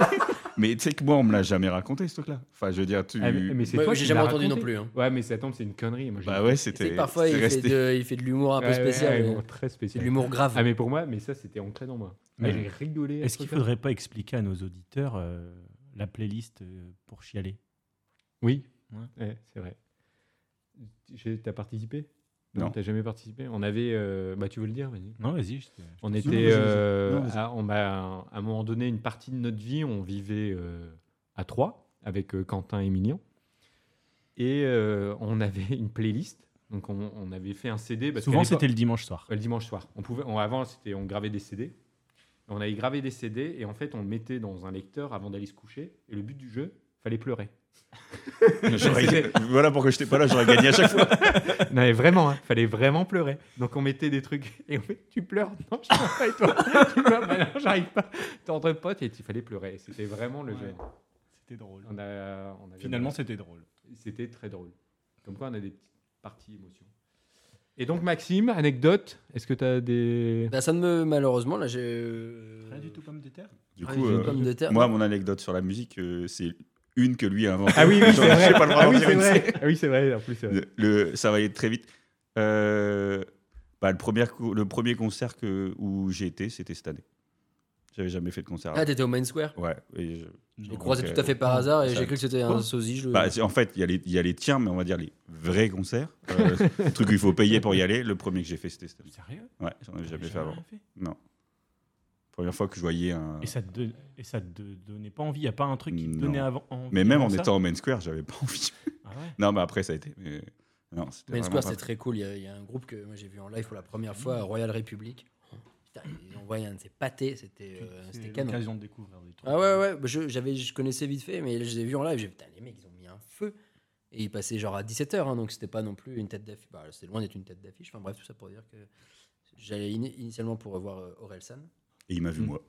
Mais tu sais que moi, on me l'a jamais raconté, ce truc-là. Enfin, je veux dire, tu. Ah, mais, mais c'est Moi, toi j'ai qui jamais l'as entendu raconté. non plus, hein. Ouais, mais c'est- attends, c'est une connerie. Moi, j'ai- Bah ouais, Tu sais c'était. que parfois, il c'était fait, resté. de, il fait de l'humour un peu Ouais, ouais, spécial. ouais, euh, bon, très C'est de spécial. l'humour grave. Ah, mais pour moi, mais ça, c'était ancré dans moi. Ah, Ouais. J'ai rigolé. à Est-ce ce qu'il truc-là. faudrait pas expliquer à nos auditeurs euh, la playlist euh, pour chialer Oui, Ouais. Ouais, c'est vrai. J'ai- T'as participé Non. T'as jamais participé On avait. euh, Bah, tu veux le dire vas-y. Non, vas-y. je te- On Non, était. vas-y, vas-y. euh, Non, vas-y. à, on m'a- à un moment donné, une partie de notre vie, on vivait euh, à Troyes avec euh, Quentin et Mignon. Et euh, on avait une playlist. Donc, on, on avait fait un CD. parce qu'à Souvent, l'époque- c'était le dimanche soir. euh, Le dimanche soir. On pouvait, on- avant, c'était, on gravait des CD. On avait gravé des CD et en fait, on le mettait dans un lecteur avant d'aller se coucher. Et le but du jeu, fallait pleurer. J'aurais- Voilà pourquoi j'étais pas là, j'aurais gagné à chaque fois. non, mais vraiment, hein, fallait vraiment pleurer. Donc, on mettait des trucs et on fait, tu pleures. Non, je pleure pas. Et toi, tu pleures. Bah non, j'arrive pas. T'es entre potes et il fallait pleurer. C'était vraiment le jeu. C'était drôle. On a, on a- Finalement, c'était drôle. c'était très drôle. Comme quoi, on a des petites parties émotions. Et donc, Maxime, anecdote, est-ce que tu as des. Bah, ça ne me. Malheureusement, là, j'ai. euh, Rien du tout pomme de terre Du rien coup, du tout euh, pomme de terre. moi, mon anecdote sur la musique, euh, c'est une que lui a inventée. Ah oui, oui, Genre, c'est vrai. j'ai pas le droit ah d'en oui, dire c'est une, vrai. Ah oui, c'est vrai. En plus, c'est vrai. Le- le, ça va aller très vite. Euh, bah, le, premier, co- le premier concert que, où j'ai été, c'était cette année. J'avais jamais fait de concert. Ah, t'étais au Main Square avant. ouais. et je- Je l'ai croisé Ok. tout à fait par hasard et Ça- j'ai cru que c'était Quoi un sosie. Je... le- bah, c'est- en fait, il y, a les- il y a les tiens, mais on va dire les vrais concerts. Euh, le truc où il faut payer pour y aller. Le premier que j'ai fait, c'était cette année. Euh, Sérieux Ouais, j'en avais jamais fait J'avais avant. rien fait. Non. Première fois que je voyais un. Et ça te, don- et ça te donnait pas envie Il n'y a pas un truc qui te Non. donnait avant envie Mais même avant en ça étant au Main Square, j'avais pas envie. Ah ouais Non, mais après, ça a été. mais- Non, c'était Main vraiment Square, pas- c'est très cool. Il y, a, il y a un groupe que moi j'ai vu en live pour la première fois, Royal Republic. Putain, ils ont envoyé un de ces pâtés, c'était euh, c'était C'est canon. l'occasion de découvrir des trucs. Ah ouais, ouais, bah, je, j'avais, je connaissais vite fait, mais là, je les ai vus en live. J'ai dit, putain, les mecs, ils ont mis un feu. Et ils passaient genre à 17h, donc c'était pas non plus une tête d'affiche. Bah, c'était loin d'être une tête d'affiche. Enfin bref, tout ça pour dire que j'allais ini- initialement pour revoir euh, Orelsan. Et il m'a vu, Mm. moi.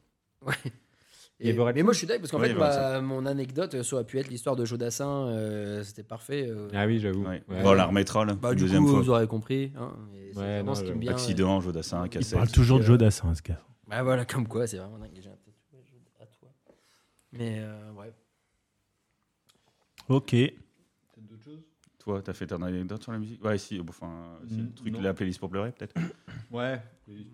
Il y Et, avait Orelsan. mais moi je suis dingue parce qu'en Ouais, il fait, y avait ma- mon anecdote, ça aurait pu être l'histoire de Jodassin, euh, c'était parfait. euh, Ah oui, j'avoue. Ouais. Ouais. Bon, on la remettra, là. Bah, une du deuxième coup, fois. vous aurez compris. Hein, et c'est Ouais, vraiment non, ce qui j'avoue. me vient. Accident, Jodassin, Il cassette. parle toujours de euh, Joe Dassin, ce gars. Bah voilà, comme quoi, c'est vraiment dingue. J'ai un tatouage à toi. Mais euh, ouais. Ok. Euh, Toi, t'as fait ton anecdote sur la musique Ouais, si, bon, enfin, c'est le Mm, truc, non. la playlist pour pleurer, peut-être. Ouais.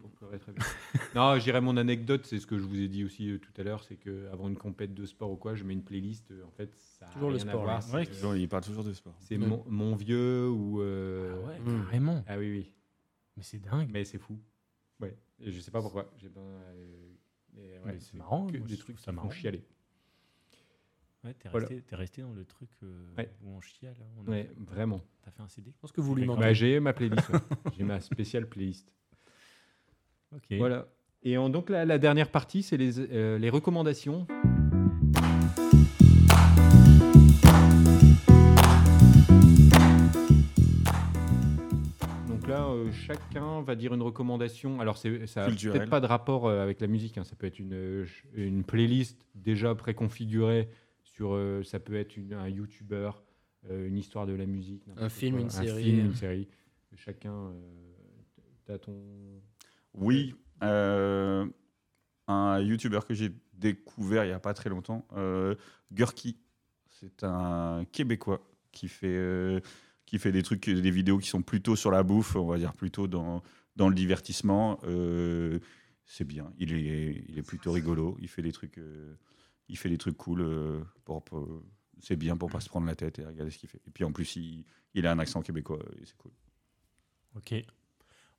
Pour pleurer, très bien. non, j'irai mon anecdote, c'est ce que je vous ai dit aussi euh, tout à l'heure, c'est que avant une compète de sport ou quoi, je mets une playlist. euh, en fait, ça a Toujours le rien à sport, voir. là. c'est, Ouais, euh, Toujours, il parle toujours de sport. c'est mon, mon vieux ou. euh, Ah ouais, Hmm. carrément. Ah oui, oui. Mais c'est dingue. Mais c'est fou. Ouais. Et je sais pas pourquoi. J'ai pas. euh, mais ouais, Mais c'est marrant, que moi, des je trucs trouve ça ça m'ont marrant. chialé. Ouais, t'es Voilà. resté, t'es resté dans le truc euh, Ouais. où on chiale. hein, on a- Ouais, vraiment. T'as fait un CD Je pense que vous lui D'accord. manquez. Bah, j'ai ma playlist. ouais. j'ai ma spéciale playlist. Ok. Voilà. Et en- donc la, la dernière partie, c'est les, euh, les recommandations. Donc là, euh, chacun va dire une recommandation. Alors c'est- ça n'a Culturelle. peut-être pas de rapport euh, avec la musique. hein. Ça peut être une, euh, ch- une playlist déjà préconfigurée. Sur, euh, ça peut être une- un YouTuber, euh, une histoire de la musique. n'importe Un film, une série. film, une série. Chacun, euh, t'as ton... Oui, euh, un youtubeur que j'ai découvert il n'y a pas très longtemps, euh, Gurki. C'est un Québécois qui fait, euh, qui fait des trucs, des vidéos qui sont plutôt sur la bouffe, on va dire plutôt dans, dans le divertissement. Euh, c'est bien, il est, il est plutôt rigolo, il fait des trucs, euh, il fait des trucs cool. euh, pour, pour- c'est bien pour pas se prendre la tête et regarder ce qu'il fait. Et puis en plus, il, il a un accent québécois et c'est cool. Ok.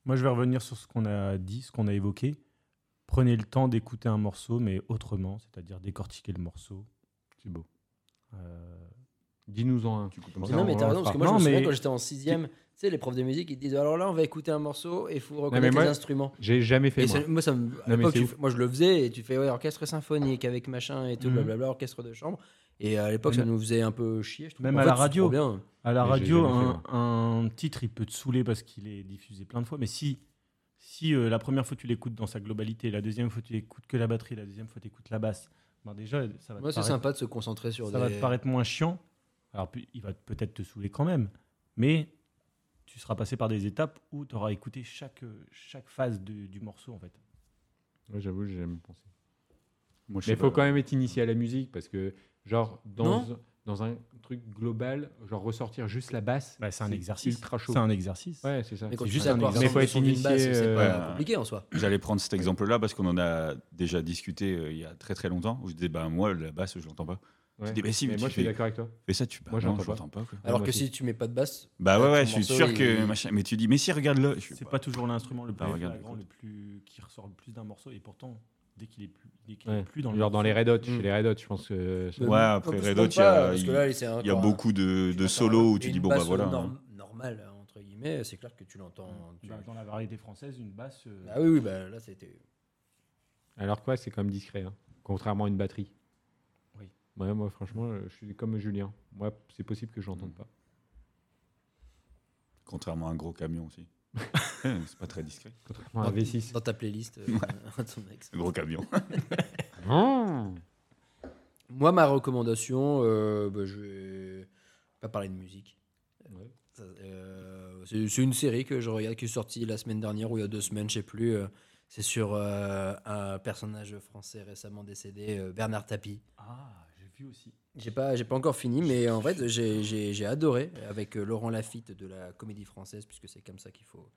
Moi, je vais revenir sur ce qu'on a dit, ce qu'on a évoqué. Prenez le temps d'écouter un morceau, mais autrement, c'est-à-dire décortiquer le morceau. C'est beau. Euh, Dis-nous-en un. Mais non, mais t'as raison, parce que moi, Non, je me souviens mais- quand j'étais en 6 tu sais, les profs de musique, ils te disent alors là, on va écouter un morceau et il faut mais reconnaître moi- les instruments. J'ai jamais fait Et moi. ça- moi, ça me- à mais l'époque, c'est tu ouf. fais- moi, je le faisais et tu fais ouais, orchestre symphonique avec machin et tout, Mhm. blablabla, orchestre de chambre. Et euh, à l'époque, ça Mhm. nous faisait un peu chier. Je trouve. Même En à fait, la c'est radio. trop Bien. À la Mais j'ai radio, jamais fait, un, un titre, il peut te saouler parce qu'il est diffusé plein de fois. Mais si, si euh, la première fois tu l'écoutes dans sa globalité, la deuxième fois tu écoutes que la batterie, la deuxième fois tu écoutes la basse, ben déjà, ça va, Moi, te, c'est paraître, sympa de se concentrer sur ça va des. te paraître moins chiant. Alors, puis, il va peut-être te saouler quand même. Mais tu seras passé par des étapes où tu auras écouté chaque, euh, chaque phase de- du morceau, en fait. Ouais, J'avoue, j'ai jamais pensé. Moi, je Mais sais il faut pas. quand même être initié à la musique parce que, genre, dans, Non. dans un truc global, genre ressortir juste la basse, Bah, c'est un exercice. ultra chaud. C'est un exercice. Ouais, c'est ça. Mais quand C'est tu sais juste à un quoi exemple. Mais ressemble faut le être son d'une basse, initié, c'est euh, pas compliqué en soi. J'allais prendre cet exemple-là parce qu'on en a déjà discuté euh, il y a très très longtemps où je disais bah moi la basse je l'entends pas. Ouais. dis, bah si, mais mais moi, tu je suis fais- d'accord avec toi. Et ça tu bah, Moi, non, j'entends je l'entends pas. quoi. Alors moi que aussi. si tu mets pas de basse, Bah ouais Ouais, ouais, ton je suis morceau, sûr il- que machin. Mais tu dis mais si regarde le. C'est pas toujours l'instrument le plus Ah, regarde, flagrant, écoute. le plus qui ressort le plus d'un morceau, et pourtant, dès qu'il est plus, dès qu'il est Ouais. plus dans le Genre dans les morceau, Red Hot, Mm. chez les Red Hot, je pense que. Ouais, après Red Hot, il y a- Parce que là, c'est encore euh, Il y a un- beaucoup de, tu de l'entends, solos où et tu une dis bon bah basse voilà. norm- hein. normale entre guillemets, c'est clair que tu l'entends. tu- dans, dans la variété française, une basse. euh, Ah oui, oui, bah là c'était. Alors quoi, c'est quand même discret, hein. contrairement à une batterie. Oui. Ouais, moi, franchement, euh, je suis comme Julien. Moi, c'est possible que je l'entende pas. Contrairement à un gros camion aussi. c'est pas très discret. Contrairement à un V6. Dans ta playlist, euh, ton ex. Un gros camion. Moi, ma recommandation, euh, bah, je vais pas parler de musique. Ouais. Ça, euh, c'est c'est une série que je regarde qui est sortie la semaine dernière ou il y a deux semaines, je sais plus. euh, c'est sur euh, un personnage français récemment décédé, euh, Bernard Tapie. Ah, j'ai vu aussi. J'ai pas, j'ai pas encore fini, mais en fait, j'ai, j'ai- j'ai adoré avec euh, Laurent Lafitte de la comédie française, puisque c'est comme ça qu'il faut,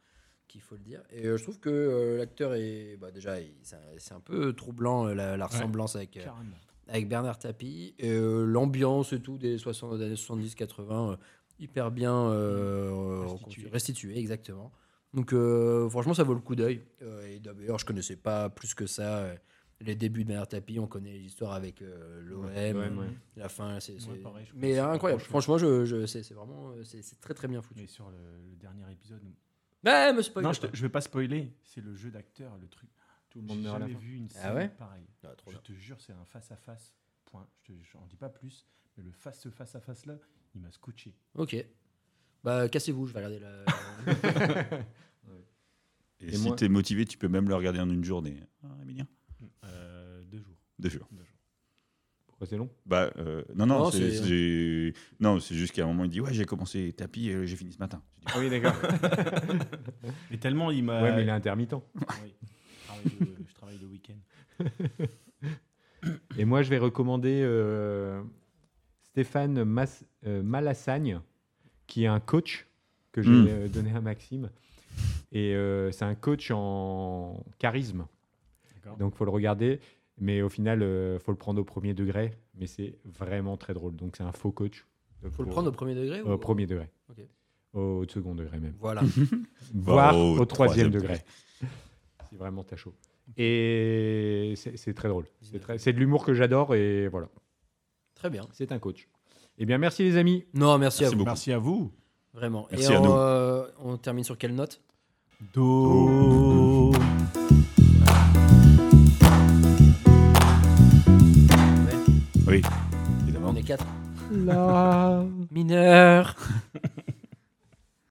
qu'il faut le dire. Et euh, je trouve que euh, l'acteur est. Bah, déjà, il- c'est, un, c'est un peu troublant euh, la, la ressemblance avec, euh, Carrément. avec Bernard Tapie. Et, euh, l'ambiance et tout des 60, années 70-80, euh, hyper bien euh, Restitué. reconstruit- restitué, exactement. Donc, euh, franchement, ça vaut le coup d'œil. Euh, et d'ailleurs, je connaissais pas plus que ça. euh, les débuts de Bernard Tapie, on connaît l'histoire avec euh, l'OM, l'OM, ouais. la fin. C'est, c'est- pareil, je mais connaissais pas incroyable. grand-chose. Franchement, je, je- c'est, c'est vraiment euh, c'est, c'est très très bien foutu. Mais sur le, le dernier épisode. où- Ouais, mais c'est pas Non, grave. je, te- je vais pas spoiler. C'est le jeu d'acteur, le truc. Tout le monde J'ai meurt à la jamais fin. vu une Ah série ouais pareille. Ah, trop Je bien. te jure, c'est un face à face. Point. Je te- je- j'en dis pas plus, mais le face ce face à face là, il m'a scotché. Ok. Bah, cassez-vous, je vais regarder la. Et, Et si moi- t'es motivé, tu peux même le regarder en une journée. Ah, Emilien Euh, deux jours. Deux jours. Deux jours. Pourquoi c'est long Bah, euh, non, non, Non, c'est, c'est- j'ai- non, c'est juste qu'à un moment, il dit Ouais, j'ai commencé tapis et j'ai fini ce matin. Je dis, Oui, d'accord. Et tellement il m'a. Ah ouais, mais il est intermittent. Oui. Je travaille le- je travaille le week-end. Et moi, je vais recommander euh, Stéphane Mas- euh, Malassagne, qui est un coach que j'ai Hmm. Mm. euh, donné à Maxime. Et euh, c'est un coach en charisme. D'accord. Donc, faut le regarder. Mais au final, euh, faut le prendre au premier degré. Mais c'est vraiment très drôle. Donc, c'est un faux coach. Faut le prendre au premier degré au ou... premier degré. Ok. Bah, Au second degré même. Voilà. Voire au au, troisième troisième degré. si vraiment t'as chaud. Et c'est c'est très drôle. C'est très- C'est de l'humour que j'adore. Et voilà. Très bien. C'est un coach. Eh bien, merci les amis. Non, merci, à Merci vous. beaucoup. Merci à vous. Vraiment. Merci Et à on, nous. euh, on termine sur quelle note Do.